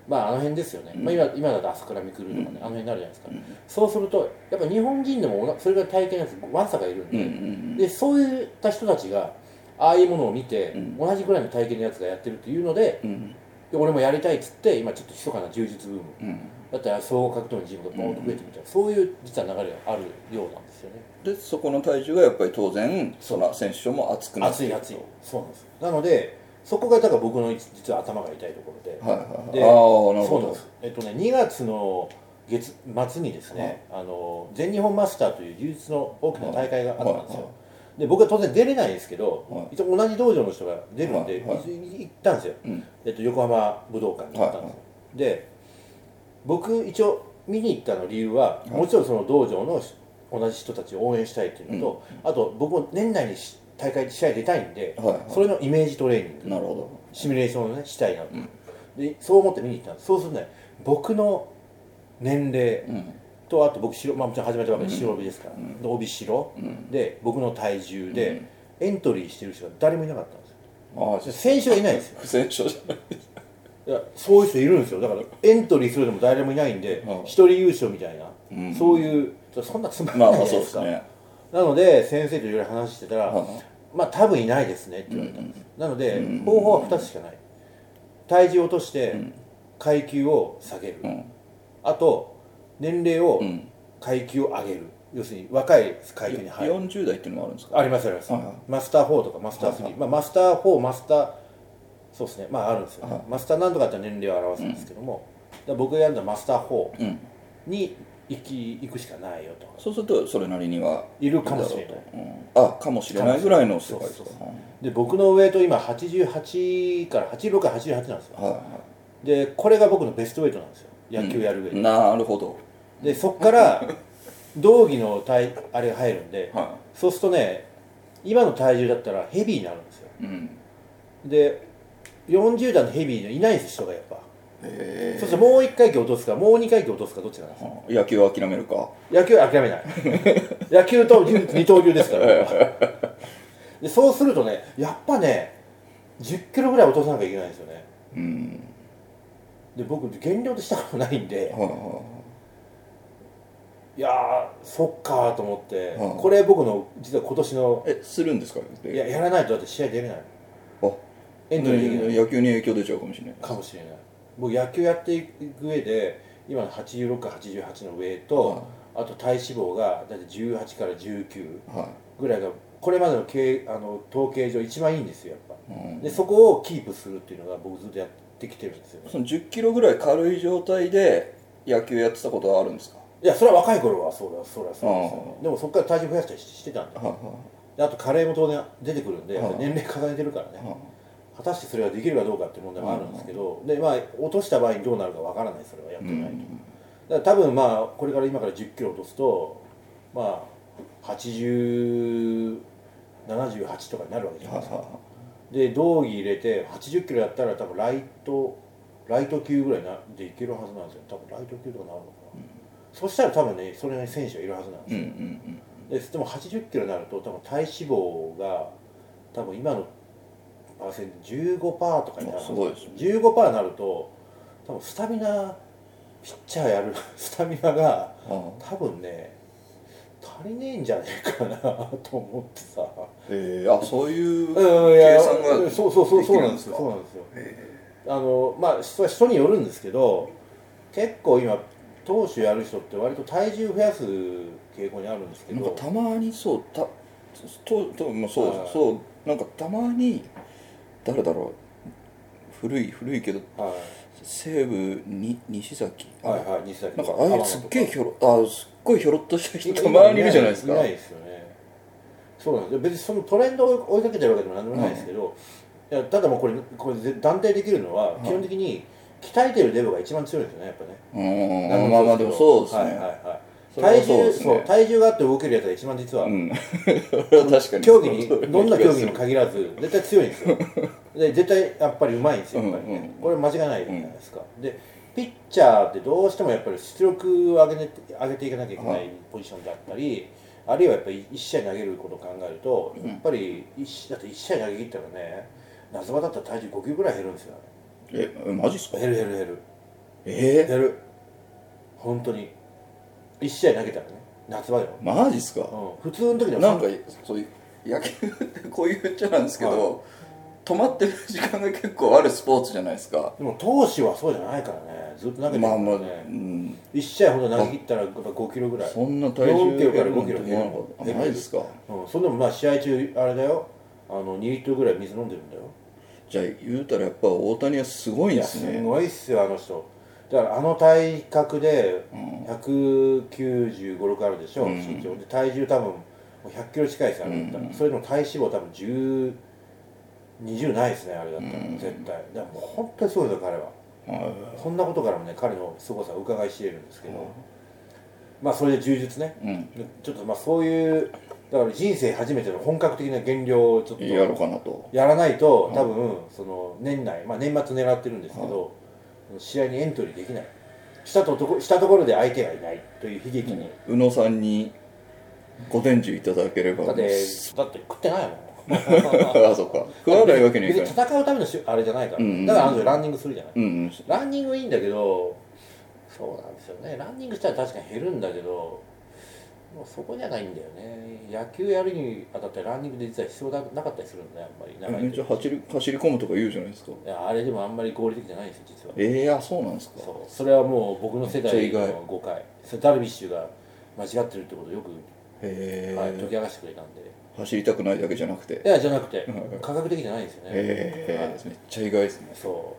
Speaker 1: まああの辺ですよね、まあ、今今だと朝倉未来とかね、あの辺になるじゃないですか、そうするとやっぱ日本人でもおなそれが体験なんですワンサがいるん
Speaker 2: うんう
Speaker 1: で、
Speaker 2: んうん
Speaker 1: でそういった人たちがああいうものを見て、
Speaker 2: ん
Speaker 1: 同じぐらいの体験のやつがやってるっていうので
Speaker 2: うんうん
Speaker 1: で俺もやりたいっつって今ちょっと密かな柔術ブーム
Speaker 2: うん
Speaker 1: だったら総合格闘のジムがボーンと増えてみたいな、そういう実は流れがあるようなんですよね
Speaker 2: でそこの体重がやっぱり当然その選手も熱くなっ
Speaker 1: 熱
Speaker 2: て
Speaker 1: い
Speaker 2: る
Speaker 1: 熱いそうなんですなのでそこがだから僕の実は頭が痛いところで、
Speaker 2: はいはいはい
Speaker 1: で
Speaker 2: ああなる
Speaker 1: そうな
Speaker 2: ほ
Speaker 1: んで
Speaker 2: ど
Speaker 1: すえっとね2月の月末にですね、あの全日本マスターという柔術の大きな大会があったんですよ、
Speaker 2: はいは
Speaker 1: で僕は当然出れないんですけど、
Speaker 2: はい
Speaker 1: 一応同じ道場の人が出るんで、
Speaker 2: はいはい
Speaker 1: い行ったんですよ、
Speaker 2: うん
Speaker 1: えっと、横浜武道館に行ったんですよ、
Speaker 2: はいは
Speaker 1: で僕一応見に行ったの理由は、
Speaker 2: い
Speaker 1: もちろんその道場の同じ人たちを応援したいっていうのと、あと僕も年内にし大会で試合出たいんで、
Speaker 2: はいはい
Speaker 1: それのイメージトレーニング
Speaker 2: なるほ
Speaker 1: シミュレーションをねしたいなと、でそう思って見に行ったんですそうするとね僕の年齢
Speaker 2: どうん
Speaker 1: とあと僕白、まあ、もちろん始めたばかりで白帯ですから、で帯白、で僕の体重で、エントリーしてる人が誰もいなかったんですよ
Speaker 2: ああじ
Speaker 1: で
Speaker 2: ゃあ
Speaker 1: 選手がいないんですよ
Speaker 2: 不戦勝じゃない
Speaker 1: いやそういう人いるんですよだからエントリーするでも誰もいないんで
Speaker 2: うん
Speaker 1: 一人優勝みたいな、
Speaker 2: うん
Speaker 1: そういうそんなつまら
Speaker 2: ま
Speaker 1: な
Speaker 2: あ
Speaker 1: い
Speaker 2: ま
Speaker 1: じゃないで
Speaker 2: あそうですす
Speaker 1: か、
Speaker 2: ね
Speaker 1: なので先生といろいろ話してたら、
Speaker 2: うん
Speaker 1: まあ多分いないですねって言われたんです、なので方法は2つしかない体重を落として階級を下げる、
Speaker 2: うん
Speaker 1: あと年齢を
Speaker 2: うん
Speaker 1: 階級を上げる、要するに若い階級に入る
Speaker 2: 40代っていうのもあるんですか
Speaker 1: ありますあります、
Speaker 2: はいはい
Speaker 1: マスター4とかマスター3、
Speaker 2: はいは
Speaker 1: まあ、マスター4マスターそうですねまああるんですよ、ね
Speaker 2: はい
Speaker 1: マスターなんとかって年齢を表すんですけども、だから僕がやるのはマスター4
Speaker 2: うん
Speaker 1: に行き行くしかないよと
Speaker 2: そうするとそれなりにはい
Speaker 1: るかもしれない
Speaker 2: るだろうと、うんあかもしれないぐらいの世界です
Speaker 1: そ
Speaker 2: か
Speaker 1: うそうで僕のウェイト今88から86から88なんですよ
Speaker 2: うんは
Speaker 1: でこれが僕のベストウェイトなんですよ野球やる上
Speaker 2: い
Speaker 1: で、
Speaker 2: なるほど
Speaker 1: でそっから道着の体あれが入るんで、
Speaker 2: は
Speaker 1: そうするとね今の体重だったらヘビーになるんですよ
Speaker 2: いうん
Speaker 1: で40代のヘビーにいないんです人がやっぱ、
Speaker 2: へ
Speaker 1: そしてもう1回忌落とすかもう2回忌落とすかどっちかなんですよ
Speaker 2: え野球を諦めるか
Speaker 1: 野球は諦めない野球と二二刀流ですから僕はでそうするとねやっぱね1 0キロぐらい落とさなきゃいけないんですよね
Speaker 2: うん
Speaker 1: で僕減量としたことないんで、
Speaker 2: はいはい
Speaker 1: やーそっかーと思って、
Speaker 2: うん
Speaker 1: これ僕の実は今年の
Speaker 2: いはいえするんですか
Speaker 1: いややらないとだって試合出れない
Speaker 2: あ
Speaker 1: エントリーできない
Speaker 2: 野球に影響出ちゃうかもしれない
Speaker 1: かもしれない僕野球やっていく上で今の86から88のウェイと、あと体脂肪がだいたい18から19
Speaker 2: は
Speaker 1: ぐらいがこれまでの計あの統計上一番いいんですよやっ
Speaker 2: い、う
Speaker 1: ぱ
Speaker 2: ん
Speaker 1: でそこをキープするっていうのが僕ずっとやってきてるんですよね
Speaker 2: その1 0キロぐらい軽い状態で野球やってたことはあるんですか
Speaker 1: いやそれは若い頃はそうだそうだそうですよ
Speaker 2: う
Speaker 1: でもそこから体重増やしたりししてたんで
Speaker 2: はいは
Speaker 1: であと加齢も当然出てくるんで
Speaker 2: うん
Speaker 1: 年齢重ねてるからね
Speaker 2: いは
Speaker 1: 果たしてそれができるかどうかっていう問題もあるんですけど、でまあ落とした場合にどうなるかわからないそれはやっ
Speaker 2: い
Speaker 1: てないと、だから多分まあこれから今から1 0キロ落とすとまあ8078とかになるわけじゃ
Speaker 2: は
Speaker 1: ないいですか、
Speaker 2: は
Speaker 1: で道着入れて8 0キロやったら多分ライトライト級ぐらいなでいけるはずなんですよ多分ライト級とかなるのかな、そしたら多分ねそれなりに選手はいるはずなんですよ
Speaker 2: いうんうん
Speaker 1: ででも8 0キロになると多分体脂肪が多分今のパーセント15%とかになる
Speaker 2: あすごいですね
Speaker 1: 15%になると多分スタミナピッチャーやる スタミナが
Speaker 2: うんあ
Speaker 1: 多分ね足りねえんじゃねえかなと思ってさ
Speaker 2: えー、あそういう
Speaker 1: うんい
Speaker 2: 計
Speaker 1: や
Speaker 2: 算ができるんです
Speaker 1: そ
Speaker 2: か
Speaker 1: うそうそうそうなんですよそうなんですよ
Speaker 2: へ
Speaker 1: あのまあ人は人によるんですけど結構今投手やる人って割と体重増やす傾向にあるんですけ
Speaker 2: ーな
Speaker 1: ど
Speaker 2: んかたまにそうたとともうそう、
Speaker 1: はい
Speaker 2: そうなんかたまに誰だろう古い古いけど
Speaker 1: はい
Speaker 2: 西武に西崎あ
Speaker 1: はいはい、西崎
Speaker 2: なんか
Speaker 1: と
Speaker 2: ああいうすっげえひょろあすっごいひょろっとした人た
Speaker 1: 今
Speaker 2: まにいるじゃないですか
Speaker 1: いないですよね。そうなんですよ。別にそのトレンドを追いかけてるわけでもなんでもないですけど、いやただもうこれこれぜ断定できるのは
Speaker 2: はい
Speaker 1: 基本的に鍛えてるレベルが一番強いんですよねやっぱね。
Speaker 2: うー
Speaker 1: 何
Speaker 2: んまあまあ
Speaker 1: けど
Speaker 2: でもそうですね、
Speaker 1: はいはい
Speaker 2: そ
Speaker 1: は
Speaker 2: れ
Speaker 1: い。体
Speaker 2: はそう
Speaker 1: 重
Speaker 2: ですね
Speaker 1: そう体重があって動けるやつが一番実は、
Speaker 2: うん 確かに
Speaker 1: 競技に
Speaker 2: そうそう
Speaker 1: どんな競技にも限ら ず絶対強いんですよで絶対やっぱりうまいんですよやっぱりね、
Speaker 2: うんうん
Speaker 1: これ間違いないじゃないですか、でピッチャーってどうしてもやっぱり出力を上げ,、ね、上げていかなきゃいけな
Speaker 2: はい
Speaker 1: ポジションだったり、あるいはやっぱり1試合投げることを考えるとやっぱり一だって1試合投げ切ったらね夏場だったら体重5キロぐらい減るんですよ
Speaker 2: えマジっすか
Speaker 1: 減る減る減る
Speaker 2: え
Speaker 1: 減る本当に1試合投げたらね夏場よ、
Speaker 2: ー、マジっすか
Speaker 1: うん、普通の時には
Speaker 2: なんかそういう野球ってこう いうっちゃなんですけど、止まってる時間が結構あるスポーツじゃないですか
Speaker 1: でも投手はそうじゃないからねずっと投げてるか
Speaker 2: ま
Speaker 1: ら
Speaker 2: あ
Speaker 1: ね、
Speaker 2: まあ、うん、
Speaker 1: 1試合ほど投げ切ったらやっぱ5キロぐらい
Speaker 2: そんな体重
Speaker 1: 4キロから5キロ
Speaker 2: 減るのあマジっすか
Speaker 1: うん、そんでもまあ試合中あれだよあの2リットルぐらい水飲んでるんだよ
Speaker 2: じゃあ言うたらやっぱ大谷はすごいん
Speaker 1: い
Speaker 2: で
Speaker 1: や
Speaker 2: す
Speaker 1: す
Speaker 2: ね
Speaker 1: ごいっすよあの人だからあの体格で
Speaker 2: うん
Speaker 1: 1956あるでしょ、
Speaker 2: うん
Speaker 1: 身長で体重多分100キロ近いですよあれだったら、
Speaker 2: うん
Speaker 1: それでも体脂肪多分10 20ないですねあれだったら、
Speaker 2: うん
Speaker 1: 絶対だからもう本当にすごいですよ彼は
Speaker 2: は
Speaker 1: そんなことからもね彼の凄さを伺い知れるんですけど、まあそれで柔術ね、
Speaker 2: いうん
Speaker 1: でちょっとまあそういうだから人生初めての本格的な減量をちょっと
Speaker 2: やろうかなと
Speaker 1: やらないと多分その年内まあ年末狙ってるんですけど試合にエントリーできないしたととこしたところで相手がいないという悲劇に
Speaker 2: 宇野さんにご伝授いただければ
Speaker 1: だってだって食ってないもん
Speaker 2: あそうか食わないわけにはいか
Speaker 1: 別
Speaker 2: な
Speaker 1: に
Speaker 2: い
Speaker 1: 戦うためのしあれじゃないか
Speaker 2: うんうん
Speaker 1: らだからあの人ランニングするじゃない
Speaker 2: うんうん
Speaker 1: ランニングいいんだけどそうなんですよねランニングしたら確かに減るんだけどもうそこじゃないんだよね野球やるにあたってランニングで実は必要ななかったりするんだねあんまり長
Speaker 2: めっ
Speaker 1: い
Speaker 2: ち
Speaker 1: と
Speaker 2: ゃ走り走り込むとか言うじゃないですか
Speaker 1: いやあれでもあんまり合理的じゃないんですよ実は
Speaker 2: ええー、あそうなんですか
Speaker 1: そうそれはもう僕の世
Speaker 2: めっ
Speaker 1: 代
Speaker 2: ちゃ意
Speaker 1: の誤解それダルビッシュが間違ってるってことをよく、
Speaker 2: へえ、
Speaker 1: はい、解き明かしてくれたんで
Speaker 2: 走りたくないだけじゃなくて
Speaker 1: いやじゃなくて
Speaker 2: ん
Speaker 1: 科学的じゃないんですよね、
Speaker 2: へえめっちゃ意外ですね
Speaker 1: そ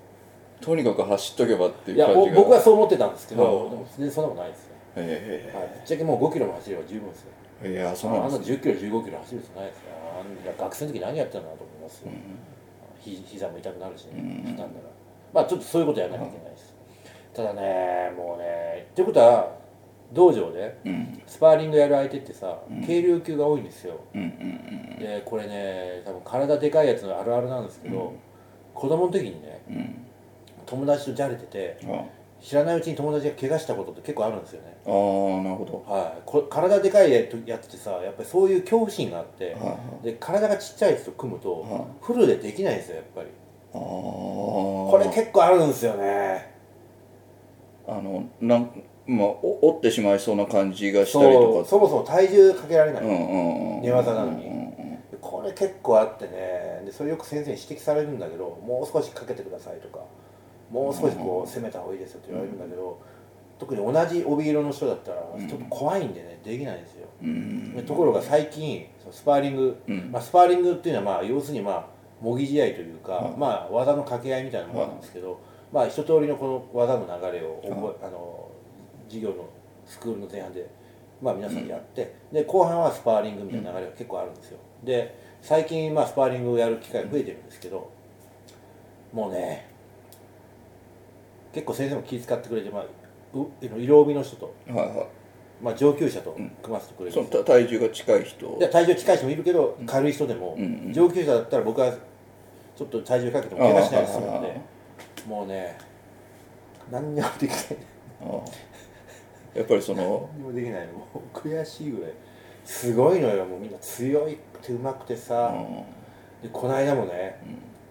Speaker 2: とにかく走っとけばって
Speaker 1: うい
Speaker 2: い
Speaker 1: うや
Speaker 2: 感じ
Speaker 1: お
Speaker 2: が
Speaker 1: 僕はそう思ってたんですけど、
Speaker 2: うん
Speaker 1: でも全然そんなことないですよ、
Speaker 2: へ
Speaker 1: はい、ぶっちゃけもう5キロも走れば十分ですよ
Speaker 2: えいや
Speaker 1: あ
Speaker 2: そうなん
Speaker 1: の
Speaker 2: ですね
Speaker 1: 10キロ15キロ走る必要ないですよあんな学生の時何やってたんだなと思いますよ、ひ膝も痛くなるしねしたんだらまあちょっとそういうことやらなきゃいけないです、ただねもうねってことは道場で
Speaker 2: うん
Speaker 1: スパーリングやる相手ってさ、軽量級が多いんですよ
Speaker 2: うんうん
Speaker 1: でこれね多分体でかいやつのあるあるなんですけど、子供の時にね
Speaker 2: うんうん
Speaker 1: 友達とじゃれてて
Speaker 2: あ
Speaker 1: 知らないうちに友達が怪我したことって結構あるんですよね
Speaker 2: あーなるほど
Speaker 1: はい、こ体でかいやつってさやっぱりそういう恐怖心があって、
Speaker 2: はいは
Speaker 1: で体がちっちゃいやつと組むと、
Speaker 2: は
Speaker 1: フルでできないんですよやっぱり
Speaker 2: ああ
Speaker 1: こ
Speaker 2: こ
Speaker 1: れ結構あるんですよね
Speaker 2: あのなんまあお折ってしまいそうな感じがしたり
Speaker 1: そ
Speaker 2: と
Speaker 1: う
Speaker 2: か
Speaker 1: そもそも体重かけられない、
Speaker 2: うんうんうん
Speaker 1: 寝技なのに
Speaker 2: うんうん
Speaker 1: これ結構あってねでそれよく先生に指摘されるんだけどもう少しかけてくださいとかもう少しこう攻めた方がいいですよって言われるんだけど、特に同じ帯色の人だったらちょっと怖いんでねできないんですよ、
Speaker 2: うん
Speaker 1: でところが最近そのスパーリング、
Speaker 2: うん
Speaker 1: まあ、スパーリングっていうのはまあ要するにまあ模擬試合というか、
Speaker 2: はい
Speaker 1: まあ、技の掛け合いみたいなものなんですけど、まあ一通りのこの技の流れを覚え、あの授業のスクールの前半で、まあ、皆さんやって、で後半はスパーリングみたいな流れが結構あるんですよで最近まあスパーリングをやる機会が増えてるんですけど、もうね結構先生も気遣ってくれて、まあ、う色帯の人と、
Speaker 2: うんはいは
Speaker 1: まあ、上級者と組ませてくれるんです
Speaker 2: い
Speaker 1: よ
Speaker 2: そのた体重が近い人
Speaker 1: いや体重近い人もいるけど、軽い人でも、
Speaker 2: うんうん
Speaker 1: 上級者だったら僕はちょっと体重かけても怪我しないでする
Speaker 2: ああ
Speaker 1: の
Speaker 2: あ
Speaker 1: でもうね何にもできない
Speaker 2: ああやっぱりその
Speaker 1: 何にもできないのもう悔しいぐらいすごいのよもうみんな強いってうまくて
Speaker 2: う
Speaker 1: さ、
Speaker 2: ん
Speaker 1: でこの間もね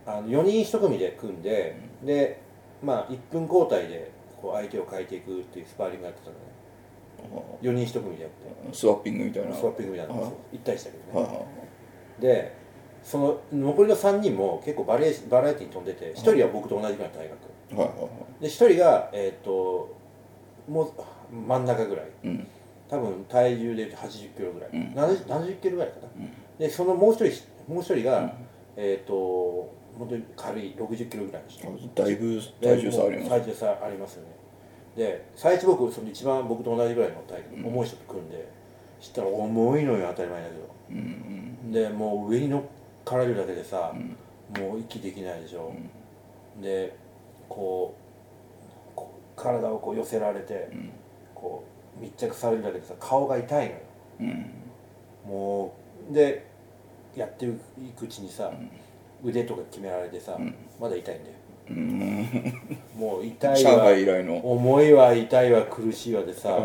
Speaker 2: うん
Speaker 1: あの4人1組で組んで、でまあ1分交代でこう相手を変えていくっていうスパーリングやってたのね4人1組でやって
Speaker 2: スワッピングみたいな
Speaker 1: スワッピングみたいなの
Speaker 2: あ
Speaker 1: 1対1だけどね、
Speaker 2: はいはい
Speaker 1: でその残りの3人も結構バリエバラエティに飛んでて1人は僕と同じぐらいの大学
Speaker 2: はいはいは
Speaker 1: で1人がえーっ、ともう真ん中ぐらい
Speaker 2: いうん
Speaker 1: 多分体重で言うと80キロぐらい、
Speaker 2: うん
Speaker 1: 70, 70キロぐらいかな、
Speaker 2: ん
Speaker 1: でそのもう1人もう一人が、
Speaker 2: うん
Speaker 1: えーっ、と本当に軽い60キロぐらいの人
Speaker 2: あだいぶ体重差あります
Speaker 1: 体重差ありますよねで最初僕その一番僕と同じぐらいの体重、重い人と組んで知ったら重いのよ当たり前だけど
Speaker 2: うんうん
Speaker 1: でもう上に乗っかられるだけでさ、
Speaker 2: ん
Speaker 1: もう息できないでしょ、でこうこう体をこう寄せられて、
Speaker 2: ん
Speaker 1: こう密着されるだけでさ顔が痛いのよ
Speaker 2: うん
Speaker 1: もうでやっていくうちにさ、腕とか決められてさ、まだ痛いんだよ
Speaker 2: うん
Speaker 1: もう痛い
Speaker 2: 上
Speaker 1: わ
Speaker 2: 海以来の
Speaker 1: 重いわ痛いわ苦しいわでさ、
Speaker 2: あ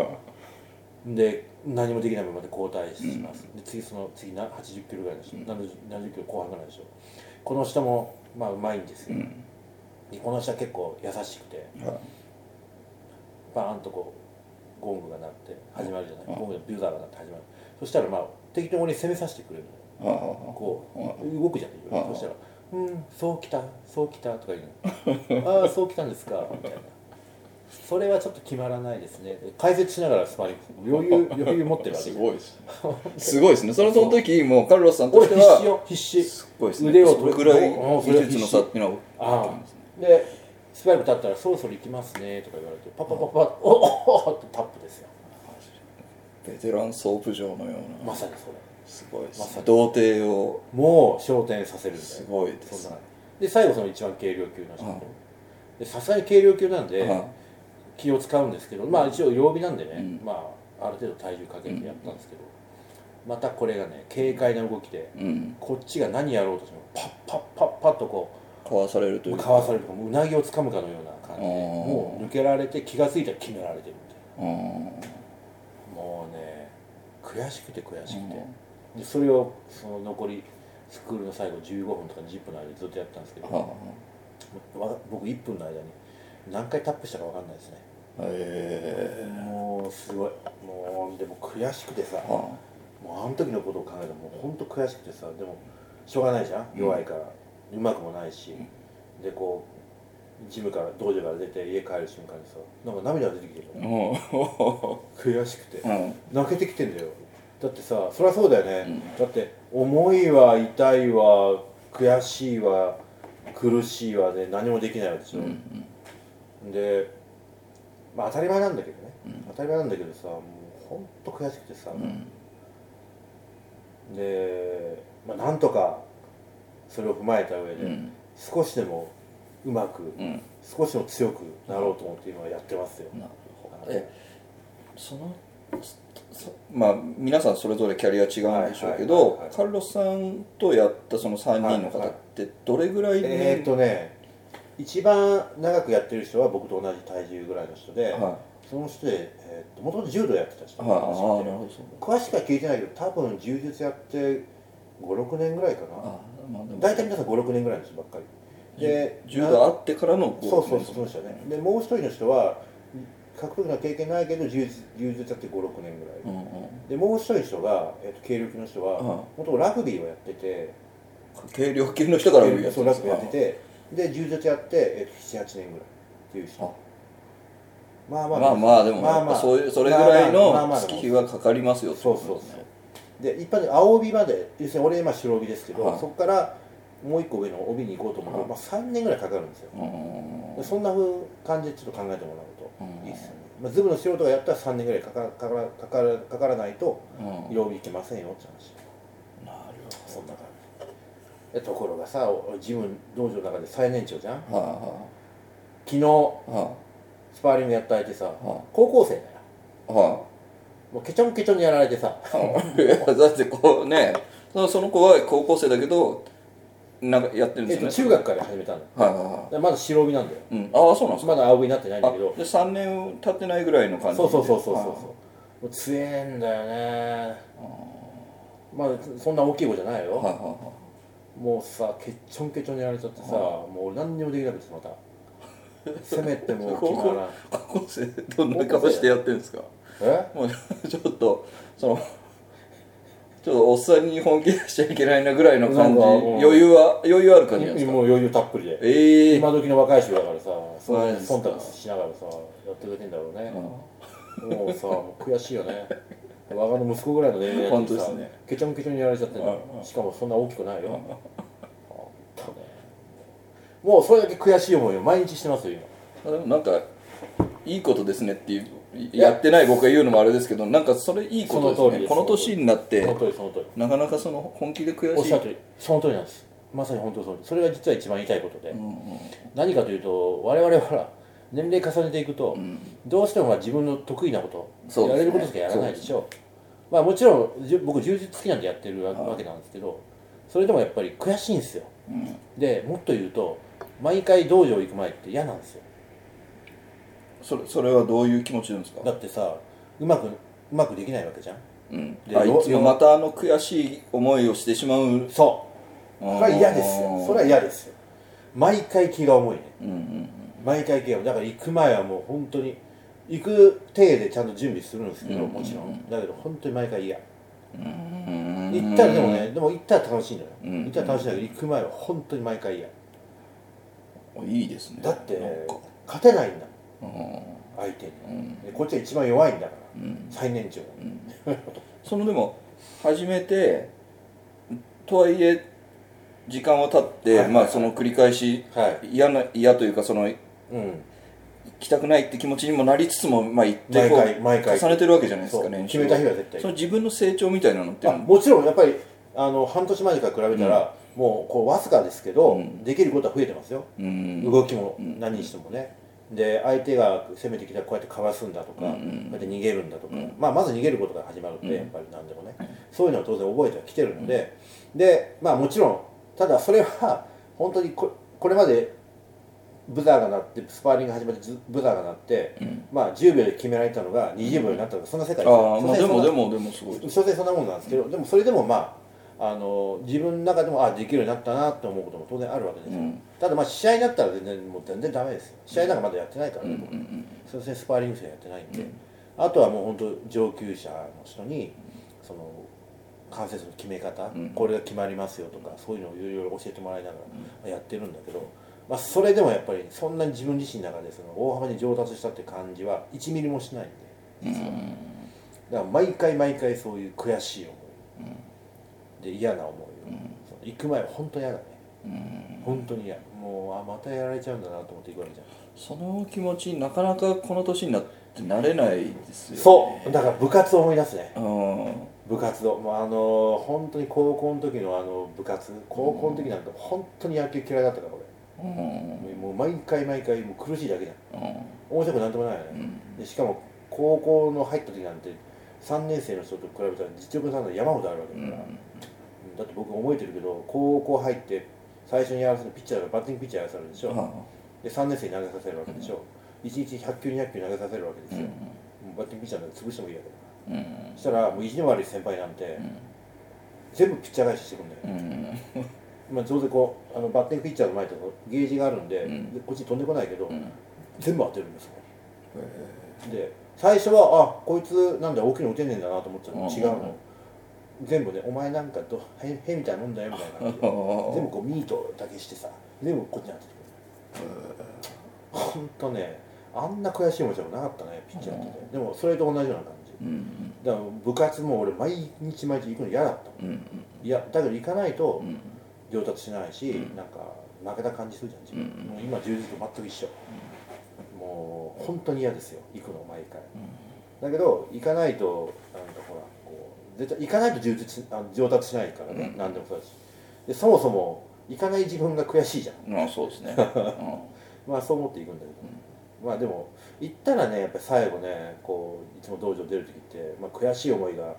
Speaker 1: で何もできないままで交代します、で次その次な80キロぐらいの人、70, 70キロ後半ぐらいの人この人もまあうまいんですよ、
Speaker 2: ん
Speaker 1: でこの人は結構優しくて
Speaker 2: は
Speaker 1: バーンとこうゴングが鳴って始まるじゃない、ゴングのビューザーが鳴って始まるそしたらまあ適当に攻めさせてくれるのよ
Speaker 2: あは
Speaker 1: こ
Speaker 2: う
Speaker 1: う動くじゃない
Speaker 2: あ
Speaker 1: そ
Speaker 2: あ
Speaker 1: したら「うんそうきたそうきた」とか言う の「ああそうきたんですか」みたいな「それはちょっと決まらないですね」解説しながらスパーリング余裕余裕持ってるわけ
Speaker 2: すごいですねすごいですねそのその時もうカルロスさんと
Speaker 1: 俺
Speaker 2: して
Speaker 1: 必死
Speaker 2: は
Speaker 1: よ必死
Speaker 2: すごいですね
Speaker 1: 腕を
Speaker 2: そ
Speaker 1: 取
Speaker 2: れ
Speaker 1: る
Speaker 2: ぐらい
Speaker 1: おおそれ
Speaker 2: 技
Speaker 1: は必
Speaker 2: 術
Speaker 1: 死
Speaker 2: の差っていうのは
Speaker 1: ああでスパイク立ったら「そろそろ行きますね」とか言われてパッパッパッパッおおおってタップですよ
Speaker 2: ベテランソープ場のような
Speaker 1: まさにそれ
Speaker 2: すごいで
Speaker 1: ますさ
Speaker 2: ね
Speaker 1: に
Speaker 2: 童貞を
Speaker 1: もう昇天させるみたいな
Speaker 2: すごいです
Speaker 1: そん
Speaker 2: ね
Speaker 1: なで最後その一番軽量級の人
Speaker 2: うん
Speaker 1: でさすがに軽量級なんで、
Speaker 2: は
Speaker 1: 気を使うんですけどまあ一応曜日なんでね、
Speaker 2: うん
Speaker 1: まあある程度体重かけてやったんですけど、またこれがね軽快な動きで、
Speaker 2: いうん
Speaker 1: こっちが何やろうとしてもパッパッパッパッとこ
Speaker 2: かわされるというう
Speaker 1: かわされるとかもううなぎをつかむかのような感じで
Speaker 2: あー
Speaker 1: もう抜けられて気が付いたら決められてるみたい
Speaker 2: うん
Speaker 1: なもうね悔しくて悔しくて、でそれをその残りスクールの最後15分とか10分の間にずっとやったんですけど、
Speaker 2: は
Speaker 1: わ僕1分の間に何回タップしたか分かんないですね
Speaker 2: あへえ
Speaker 1: ももうすごいもうでも悔しくてさも
Speaker 2: あ
Speaker 1: うあの時のことを考えたらもう本当悔しくてさでもしょうがないじゃん弱いから、うまくもないし、でこうジムから道場から出て家帰る瞬間にさなんか涙が出てきてる
Speaker 2: あも
Speaker 1: 悔しくて
Speaker 2: ううん
Speaker 1: 泣けてきてんだよだってさそりゃそうだよね、だって重いわ痛いわ悔しいわ苦しいわで何もできないわけでしょ、で、まあ、当たり前なんだけどね、当たり前なんだけどさもうほんと悔しくてさ、で、まあ、なんとかそれを踏まえた上で、
Speaker 2: ん
Speaker 1: 少しでもうまく、
Speaker 2: うん
Speaker 1: 少しでも強くなろうと思って今やってますよ、
Speaker 2: なるほどえそのそそまあ皆さんそれぞれキャリア違うんでしょ
Speaker 1: はいは
Speaker 2: うけ
Speaker 1: いはい
Speaker 2: ど
Speaker 1: はい
Speaker 2: カルロスさんとやったその3人の方ってどれぐらい
Speaker 1: えーっ
Speaker 2: ね
Speaker 1: とね一番長くやってる人は僕と同じ体重ぐらいの人で、
Speaker 2: は
Speaker 1: その人でもともと柔道やってた人
Speaker 2: い
Speaker 1: なんですよ
Speaker 2: はいああなるほどそう
Speaker 1: 詳しくは聞いてないけど多分柔術やって56年ぐらいかな
Speaker 2: あまあでも
Speaker 1: 大体皆さん56年ぐらいの人ばっかりで
Speaker 2: 柔道あってからの
Speaker 1: そうそうそうそうでしたねでもう一人の人は格闘技の経験ないけど柔術柔術やって56年ぐらい、
Speaker 2: うんうん
Speaker 1: でもう一人の人が、えっと軽量級の人は
Speaker 2: うん
Speaker 1: もともとラグビーをやってて
Speaker 2: 軽量級の人から見るやつ
Speaker 1: そうラグビーやっててで柔術やって、えっと、78年ぐらいっていう
Speaker 2: あ
Speaker 1: 人まあまあ
Speaker 2: まあまあでもやっぱそういうそれぐらい
Speaker 1: まあ
Speaker 2: の
Speaker 1: まあ
Speaker 2: 月日はかかりますよ
Speaker 1: そうそうそうで一般に青帯まで要するに俺今白帯ですけど、
Speaker 2: はい
Speaker 1: そこからもう一個上の帯に行こうと思うと、まあ、3年ぐらいかかるんですよ、
Speaker 2: うんうんうん
Speaker 1: そんなふう感じでちょっと考えてもらう
Speaker 2: う
Speaker 1: と
Speaker 2: ん
Speaker 1: いいですよね、まあ、ズブの素人がやったら3年ぐらいかかかからかからかからないと
Speaker 2: うん
Speaker 1: 色帯いけませんよって話
Speaker 2: なる
Speaker 1: そんな感じでところがさ自分道場の中で最年長じゃん
Speaker 2: ほどは
Speaker 1: 昨日
Speaker 2: あは
Speaker 1: スパーリングやった相手さ
Speaker 2: は
Speaker 1: 高校生だよ
Speaker 2: あは
Speaker 1: もうケチョンケチョンにやられてさ
Speaker 2: あはいやだってこうねそのその子は高校生だけどなんかやってるん
Speaker 1: え
Speaker 2: で
Speaker 1: っと
Speaker 2: すよ
Speaker 1: 中学
Speaker 2: ね
Speaker 1: から始めたのだか
Speaker 2: はいはいは
Speaker 1: らまだ白帯なんだよ
Speaker 2: いうんああそうなんですか
Speaker 1: まだ青帯になってないんだ
Speaker 2: あ
Speaker 1: けど
Speaker 2: で3年経ってないぐらいの感じ
Speaker 1: そうそうそうそうそう
Speaker 2: は
Speaker 1: そうもう強えんだよねまあそんな大きい子じゃないよ、
Speaker 2: いはいは
Speaker 1: もうさケッチョンケチョンにやられちゃってさ、もう俺何にもできなくてまた せめてもう決まらん
Speaker 2: い高校生どんな顔してやってるんですか
Speaker 1: え
Speaker 2: もうちょっとそのちょっとおっさんに本気出しちゃいけないなぐらいの感じ
Speaker 1: なんかうん
Speaker 2: 余裕は余裕ある感じなんですか
Speaker 1: もう余裕たっぷりで
Speaker 2: ええ
Speaker 1: 今時の若い衆だからさそ
Speaker 2: そうう
Speaker 1: いう
Speaker 2: ですか
Speaker 1: 忖度しながらさやってくれてんだろうね
Speaker 2: うん
Speaker 1: もうさもう悔しいよね我がの息子ぐらいの年齢
Speaker 2: 本当
Speaker 1: で
Speaker 2: で
Speaker 1: さ
Speaker 2: すね
Speaker 1: ケチョンケチョンにやられちゃってん
Speaker 2: うんう
Speaker 1: の
Speaker 2: ん
Speaker 1: しかもそんな大きくないよ本当ねもうそれだけ悔しい思いを毎日してますよ今
Speaker 2: あでもなんかいいことですねっていうやってない僕が言うのもあれですけどなんかそれいいことです
Speaker 1: その
Speaker 2: ね
Speaker 1: 通りです
Speaker 2: この年になって
Speaker 1: その通りその通り
Speaker 2: なかなかその本気で悔
Speaker 1: おっ
Speaker 2: し
Speaker 1: し
Speaker 2: い
Speaker 1: ゃる通りその通りなんですまさに本当そうですそれが実は一番言いたいことで、
Speaker 2: うんうん
Speaker 1: 何かというと我々はほら年齢重ねていくと、どうしてもほら自分の得意なこ
Speaker 2: そ
Speaker 1: と、
Speaker 2: うで
Speaker 1: やれる
Speaker 2: すね
Speaker 1: ことしかやらないでしょまあもちろんじゅ僕充実好きなんでやってるわわけなんですけどそれでもやっぱり悔しいんですよ、でもっと言うと毎回道場行く前って嫌なんですよ
Speaker 2: それそれはどういう気持ちなんですか
Speaker 1: だってさうまくうまくできないわけじゃん
Speaker 2: うん
Speaker 1: で
Speaker 2: あいつ
Speaker 1: よ
Speaker 2: もまたあの悔しい思いをしてしまう
Speaker 1: そう
Speaker 2: あー
Speaker 1: それは嫌ですよそれは嫌ですよ毎回気が重いね
Speaker 2: うんうん
Speaker 1: 毎回ゲームだから行く前はもう本当に行く体でちゃんと準備するんですけど、もちろんだけど本当に毎回嫌
Speaker 2: うん
Speaker 1: 行ったらでもねでも行ったら楽しいのよ、
Speaker 2: ん
Speaker 1: 行ったら楽しいんだけど行く前は本当に毎回嫌
Speaker 2: いいですね
Speaker 1: だって
Speaker 2: なんか
Speaker 1: 勝てないんだ
Speaker 2: うん
Speaker 1: 相手に、でこっちは一番弱いんだから、最年長、
Speaker 2: そのでも始めてとはいえ時間は経って、
Speaker 1: はい
Speaker 2: まあその繰り返し、
Speaker 1: はい
Speaker 2: 嫌な嫌というかその行
Speaker 1: うん
Speaker 2: きたくないって気持ちにもなりつつもまあ行って
Speaker 1: 毎
Speaker 2: こう
Speaker 1: 回毎回
Speaker 2: 重ねてるわけじゃないです
Speaker 1: そ
Speaker 2: か
Speaker 1: う
Speaker 2: 練
Speaker 1: 決
Speaker 2: 習を
Speaker 1: めた日は絶対
Speaker 2: その自分の成長みたいなのっていう
Speaker 1: あ
Speaker 2: のも
Speaker 1: もちろんやっぱりあの半年前から比べたら、もうこうわずかですけど、できることは増えてますよ、
Speaker 2: うん
Speaker 1: 動きも何にしてもね、で相手が攻めてきたらこうやってかわすんだとか、こうやって逃げるんだとか、まあ、まず逃げることから始まるんで、やっぱり何でもねそういうのは当然覚えてはきてるので、でまあもちろんただそれは本当にここれまでブザーが鳴ってスパーリング始まってずブザーが鳴って、まあ10秒で決められたのが20秒になったとかそんな世界ですよ
Speaker 2: ああ
Speaker 1: 所
Speaker 2: まあ
Speaker 1: 詮そ
Speaker 2: で
Speaker 1: ん
Speaker 2: も
Speaker 1: な
Speaker 2: でもでもすごい
Speaker 1: 所詮そんなもんなんですけど、でもそれでもまああの自分の中でもあできるようになったなって思うことも当然あるわけですよ、ただまあ試合になったら全然もう全然ダメですよ試合なんかまだやってないからね、僕所詮スパーリング戦やってないんで、あとはもう本当上級者の人にその関節の決め方、
Speaker 2: うん
Speaker 1: これが決まりますよとかそういうのをいろいろ教えてもらいながらやってるんだけど、まあ、それでもやっぱりそんなに自分自身の中でその大幅に上達したって感じは1ミリもしないんで実はだから毎回毎回そういう悔しい思いで嫌な思いを、その行く前は本当に嫌だね本当に嫌もうあまたやられちゃうんだなと思って行くわけじゃん
Speaker 2: その気持ちなかなかこの年になってなれないですよ、ね、
Speaker 1: そうだから部活を思い出すね
Speaker 2: うん
Speaker 1: 部活動もうあのー本当に高校の時のあの部活高校の時なんか本当に野球嫌いだったから
Speaker 2: うん
Speaker 1: 俺もう毎回毎回もう苦しいだけじゃん
Speaker 2: うん
Speaker 1: 面白くなんともないよ
Speaker 2: う
Speaker 1: ね、
Speaker 2: ん
Speaker 1: でしかも高校の入った時なんて3年生の人と比べたら実力の差が山ほどあるわけだから、うんだって僕覚えてるけど高校入って最初にやらせるピッチャーがバッティングピッチャーやらされるでしょ、
Speaker 2: は
Speaker 1: で3年生に投げさせるわけでしょ、一1日100球200球投げさせるわけで
Speaker 2: あ
Speaker 1: すよ、もうバッティングピッチャーなんて潰してもいいわけだから
Speaker 2: うん
Speaker 1: そしたらもう意地の悪い先輩なんて、全部ピッチャー返ししてくんだよ、
Speaker 2: うん
Speaker 1: まあ、当然こうあのバッティングピッチャーの前とかゲージがあるんで,で、
Speaker 2: うん
Speaker 1: こっちに飛んでこないけど、
Speaker 2: うん
Speaker 1: 全部当てるんですよで最初はあこいつなんだ大きいの打てねえんだなと思ってたの
Speaker 2: うん
Speaker 1: 違うの、全部ねお前なんかどへへみたいなもんだよみたいな感じで全部こうミートだけしてさ全部こっちに当ててくるほんとねあんな悔しい思いしたことなかったねピッチャーってて、でもそれと同じような感じ
Speaker 2: うん
Speaker 1: だから部活も俺毎日毎日行くの嫌だったもん
Speaker 2: うん
Speaker 1: いやだけど行かないと
Speaker 2: うん
Speaker 1: 上達しないし、
Speaker 2: うん
Speaker 1: なんか負けた感じするじゃん自分、
Speaker 2: うん
Speaker 1: もう今充実と全く一緒、もう本当に嫌ですよ行くの毎回だけど行かないとなんかほらこう絶対行かないと充実しあ上達しないからね、
Speaker 2: うん
Speaker 1: 何でもそうだしでそもそも行かない自分が悔しいじゃん
Speaker 2: うんまあそうです ね
Speaker 1: まあそう思っていくんだけど、まあでも行ったらねやっぱり最後ねこういつも道場出る時って、まあ、悔しい思いが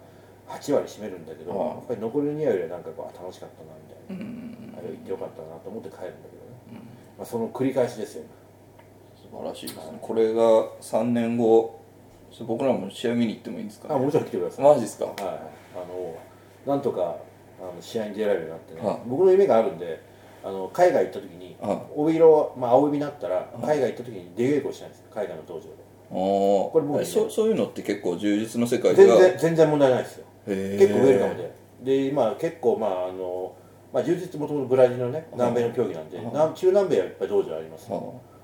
Speaker 1: 8割占めるんだけど、
Speaker 2: ああ
Speaker 1: やっぱり残り2割はなんかこうあ楽しかったなみたいな
Speaker 2: うんうん
Speaker 1: あれ行ってよかったなと思って帰るんだけどね、まあ、その繰り返しですよね
Speaker 2: 素晴らしいですねこれが3年後それ僕らも試合見に行ってもいいんですか
Speaker 1: あもちろん来てください、
Speaker 2: マジですか
Speaker 1: はいあのなんとかあの試合に出られるようになってね、
Speaker 2: はい
Speaker 1: 僕の夢があるんであの海外行った時に
Speaker 2: はい
Speaker 1: 帯色、まあ、青帯になったら海外行った時に出稽古したいんですよ海外の道場で
Speaker 2: こ
Speaker 1: これもういいね
Speaker 2: そそういうのって結構充実の世界
Speaker 1: 全
Speaker 2: が
Speaker 1: 然全然問題ないですよ
Speaker 2: 結
Speaker 1: 結構ウェルカムでで今結構まああのまあ、充実ってもともとブラジルのね南米の競技なんで、
Speaker 2: はい
Speaker 1: 南中南米はいっぱい道場あります、
Speaker 2: は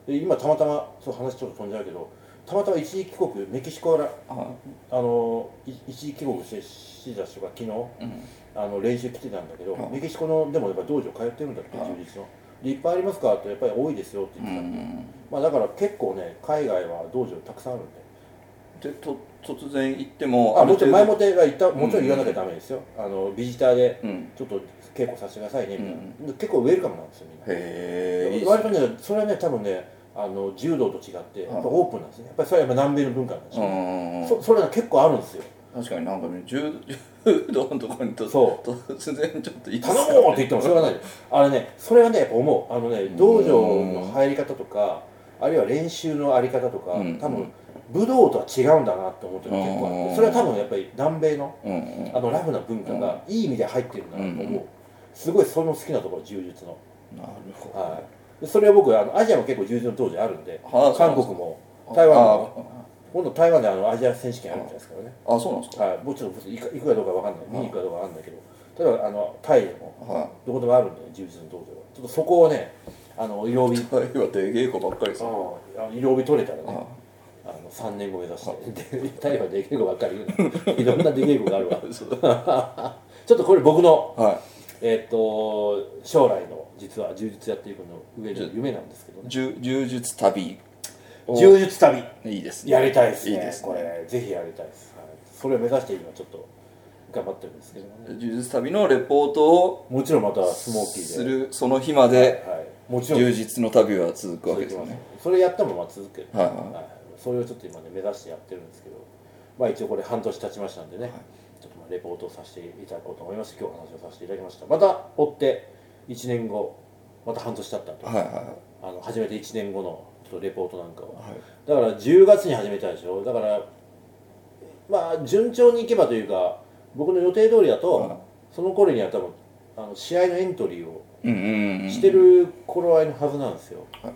Speaker 1: で今たまたまそう話ちょっと飛んじゃうけどたまたま一時帰国メキシコから
Speaker 2: あは
Speaker 1: あのい一時帰国してしてた人が昨日
Speaker 2: あうん
Speaker 1: あの練習来てたんだけど
Speaker 2: あ
Speaker 1: メキシコのでもやっぱ道場通ってるんだって
Speaker 2: あ
Speaker 1: 充実のでいっぱいありますかってやっぱり多いですよって
Speaker 2: う
Speaker 1: 言ってた、
Speaker 2: ん
Speaker 1: まあ、だから結構ね海外は道場たくさんあるんで
Speaker 2: でと突然行っても
Speaker 1: あもちろん前
Speaker 2: も
Speaker 1: もっては言ったもちろん言わなきゃダメですよ、あのビジターで
Speaker 2: うん
Speaker 1: ちょっと稽古させてくださいねみたいな、で結構ウェルカムなんですよみんな
Speaker 2: へえいいっす
Speaker 1: 割とねそれはね多分ねあの柔道と違ってやっぱオープンなんですねやっぱりそれはやっぱ南米の文化なんですよ、
Speaker 2: ね
Speaker 1: そそれが結構あるんですよ
Speaker 2: うん確かになんかね柔柔道のところにと
Speaker 1: そ
Speaker 2: 突然ちょっといいっすか
Speaker 1: 頼もうって言ってもしょうがないよあれねそれはねやっぱ思うあのね道場の入り方とかあるいは練習のあり方とか、
Speaker 2: うん
Speaker 1: 多分武道とは違うんだなって思ってるの結構あっ
Speaker 2: う
Speaker 1: て
Speaker 2: ん
Speaker 1: それは多分やっぱり南米の
Speaker 2: うんうん
Speaker 1: あのラフな文化がいい意味で入ってるんだなと思う、
Speaker 2: うん
Speaker 1: すごいその好きなところ柔術の、
Speaker 2: なるほど
Speaker 1: はい、でそれは僕あのアジアも結構柔術の当時あるんで
Speaker 2: はあそう
Speaker 1: 韓
Speaker 2: なんです
Speaker 1: 国も台湾も
Speaker 2: あ
Speaker 1: 今度台湾であのアジア選手権あるんじゃないですかね
Speaker 2: ああそうなんですか
Speaker 1: はい、もうちろん行く行くかどうかわかんない見に行くかどうかわかんないけど例えばあのタイでも
Speaker 2: は
Speaker 1: どこでもあるんだよ充実の道場はちょっとそこをねあの曜日
Speaker 2: い台湾で稽古ばっかりです
Speaker 1: あ
Speaker 2: ね
Speaker 1: の曜日取れたら
Speaker 2: あ
Speaker 1: ねあの3年後目指してで台湾で稽古ばっかり言うないろんな出稽古があるわ
Speaker 2: そう
Speaker 1: ちょっとこれ僕の
Speaker 2: は
Speaker 1: えっと将来の実は充実やっていくの上での夢なんですけど
Speaker 2: い
Speaker 1: ね
Speaker 2: 柔柔術旅お
Speaker 1: 充実旅
Speaker 2: いいですね
Speaker 1: やりたいですね
Speaker 2: いいですね
Speaker 1: これぜひやりたいです、はいそれを目指して今ちょっと頑張ってるんですけどね
Speaker 2: 柔術旅のレポートを
Speaker 1: もちろんまたスモーキーです
Speaker 2: るその日まで
Speaker 1: はい、もちろん
Speaker 2: 充実の旅は続くわ
Speaker 1: 続
Speaker 2: け
Speaker 1: き
Speaker 2: で
Speaker 1: ますすね
Speaker 2: よね
Speaker 1: それやってもまあ続ける、
Speaker 2: はいはい
Speaker 1: はいそれをちょっと今ね目指してやってるんですけどまあ一応これ半年経ちましたんでね、ちょっとまあレポートをさせていただこうと思いまして今日お話をさせていただきましたまた追って1年後また半年経ったと、
Speaker 2: はいは
Speaker 1: あの初めて1年後のちょっとレポートなんかを、
Speaker 2: いはい
Speaker 1: だから10月に始めたでしょだからまあ順調にいけばというか僕の予定通りだと、
Speaker 2: はい
Speaker 1: その頃には多分あの試合のエントリーを
Speaker 2: うんうんうん
Speaker 1: してる頃合いのはずなんですよ、
Speaker 2: はい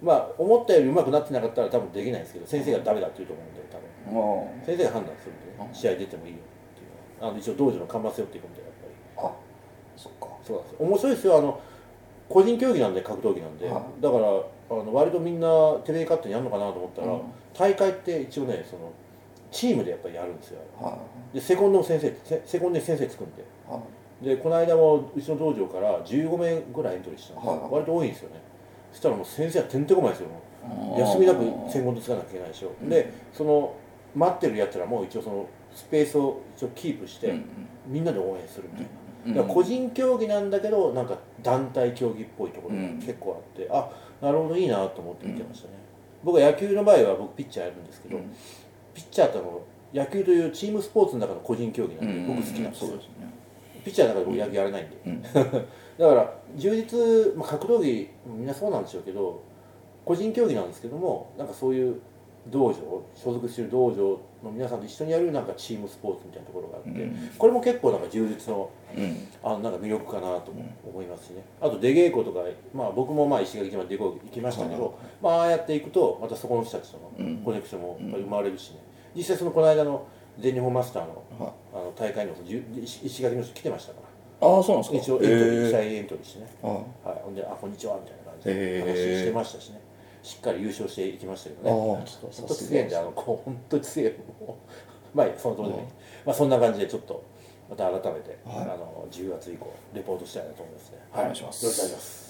Speaker 1: まあ思ったより上手くなってなかったら多分できないんですけど先生がダメだって言うと思うんで多分
Speaker 2: ああ
Speaker 1: 先生が判断するんで、ね
Speaker 2: う、ん
Speaker 1: 試合出てもいいよっていうのはあの一応道場の看板背負っていくんでやっぱり
Speaker 2: あそっか
Speaker 1: そうなんですよ面白いですよあの個人競技なんで格闘技なんで、
Speaker 2: は
Speaker 1: だからあの割とみんなテレビ勝手にやるのかなと思ったら、
Speaker 2: うん
Speaker 1: 大会って一応ねそのチームでやっぱりやるんですよ
Speaker 2: は
Speaker 1: でセコンドも先生セセコンドに先生つくんで
Speaker 2: いはい
Speaker 1: でこの間もうちの道場から15名ぐらいエントリーしたんですよ、
Speaker 2: はい
Speaker 1: 割と多いんですよねそしたらもう先生はてんてこまいですよもう休みなくセコンドつかなきゃいけないでしょ、
Speaker 2: うん
Speaker 1: でその待ってるやつらも一応そのスペースを一応キープして、
Speaker 2: うん
Speaker 1: みんなで応援するみたいな、
Speaker 2: うん
Speaker 1: だから個人競技なんだけどなんか団体競技っぽいところが
Speaker 2: うん
Speaker 1: 結構あって、あなるほどいいなと思って見てましたね、僕は野球の場合は僕ピッチャーやるんですけど、
Speaker 2: うん
Speaker 1: ピッチャーってあの野球というチームスポーツの中の個人競技なんで、僕好きなんですよ、
Speaker 2: そうですね
Speaker 1: ピッチャーの中で僕野球やらないんで、
Speaker 2: うん
Speaker 1: だから充実、まあ、格闘技みんなそうなんでしょうけど個人競技なんですけどもなんかそういう道場所属してる道場の皆さんと一緒にやるなんかチームスポーツみたいなところがあって、
Speaker 2: うん
Speaker 1: これも結構なんか充実の
Speaker 2: うん
Speaker 1: あなんか魅力かなとも思いますしね、あと出稽古とか、まあ、僕もまあ石垣島出稽古行きましたけど、まあああやっていくとまたそこの人たちと
Speaker 2: うん
Speaker 1: のコネクションもやっぱり生まれるしね、実際そのこの間の全日本マスターの
Speaker 2: はい
Speaker 1: あの大会にもじゅ石石垣の人来てましたから
Speaker 2: ああそうなんです
Speaker 1: 一
Speaker 2: か
Speaker 1: 応エントリー、試合
Speaker 2: え
Speaker 1: エントリーしてね、
Speaker 2: ーあ
Speaker 1: はい、ほんで「あこんにちは」みたいな感じ
Speaker 2: へ
Speaker 1: で話
Speaker 2: ー
Speaker 1: してましたしね、しっかり優勝していきましたけど
Speaker 2: あ
Speaker 1: ね
Speaker 2: ー
Speaker 1: ちょっと本当強いんであのこう本当強いもうまあいいその通りでもいい、まあ、そんな感じでちょっとまた改めて、
Speaker 2: はい
Speaker 1: あの10月以降レポートしたいなと思いますね
Speaker 2: お願いします
Speaker 1: よろしくお願いします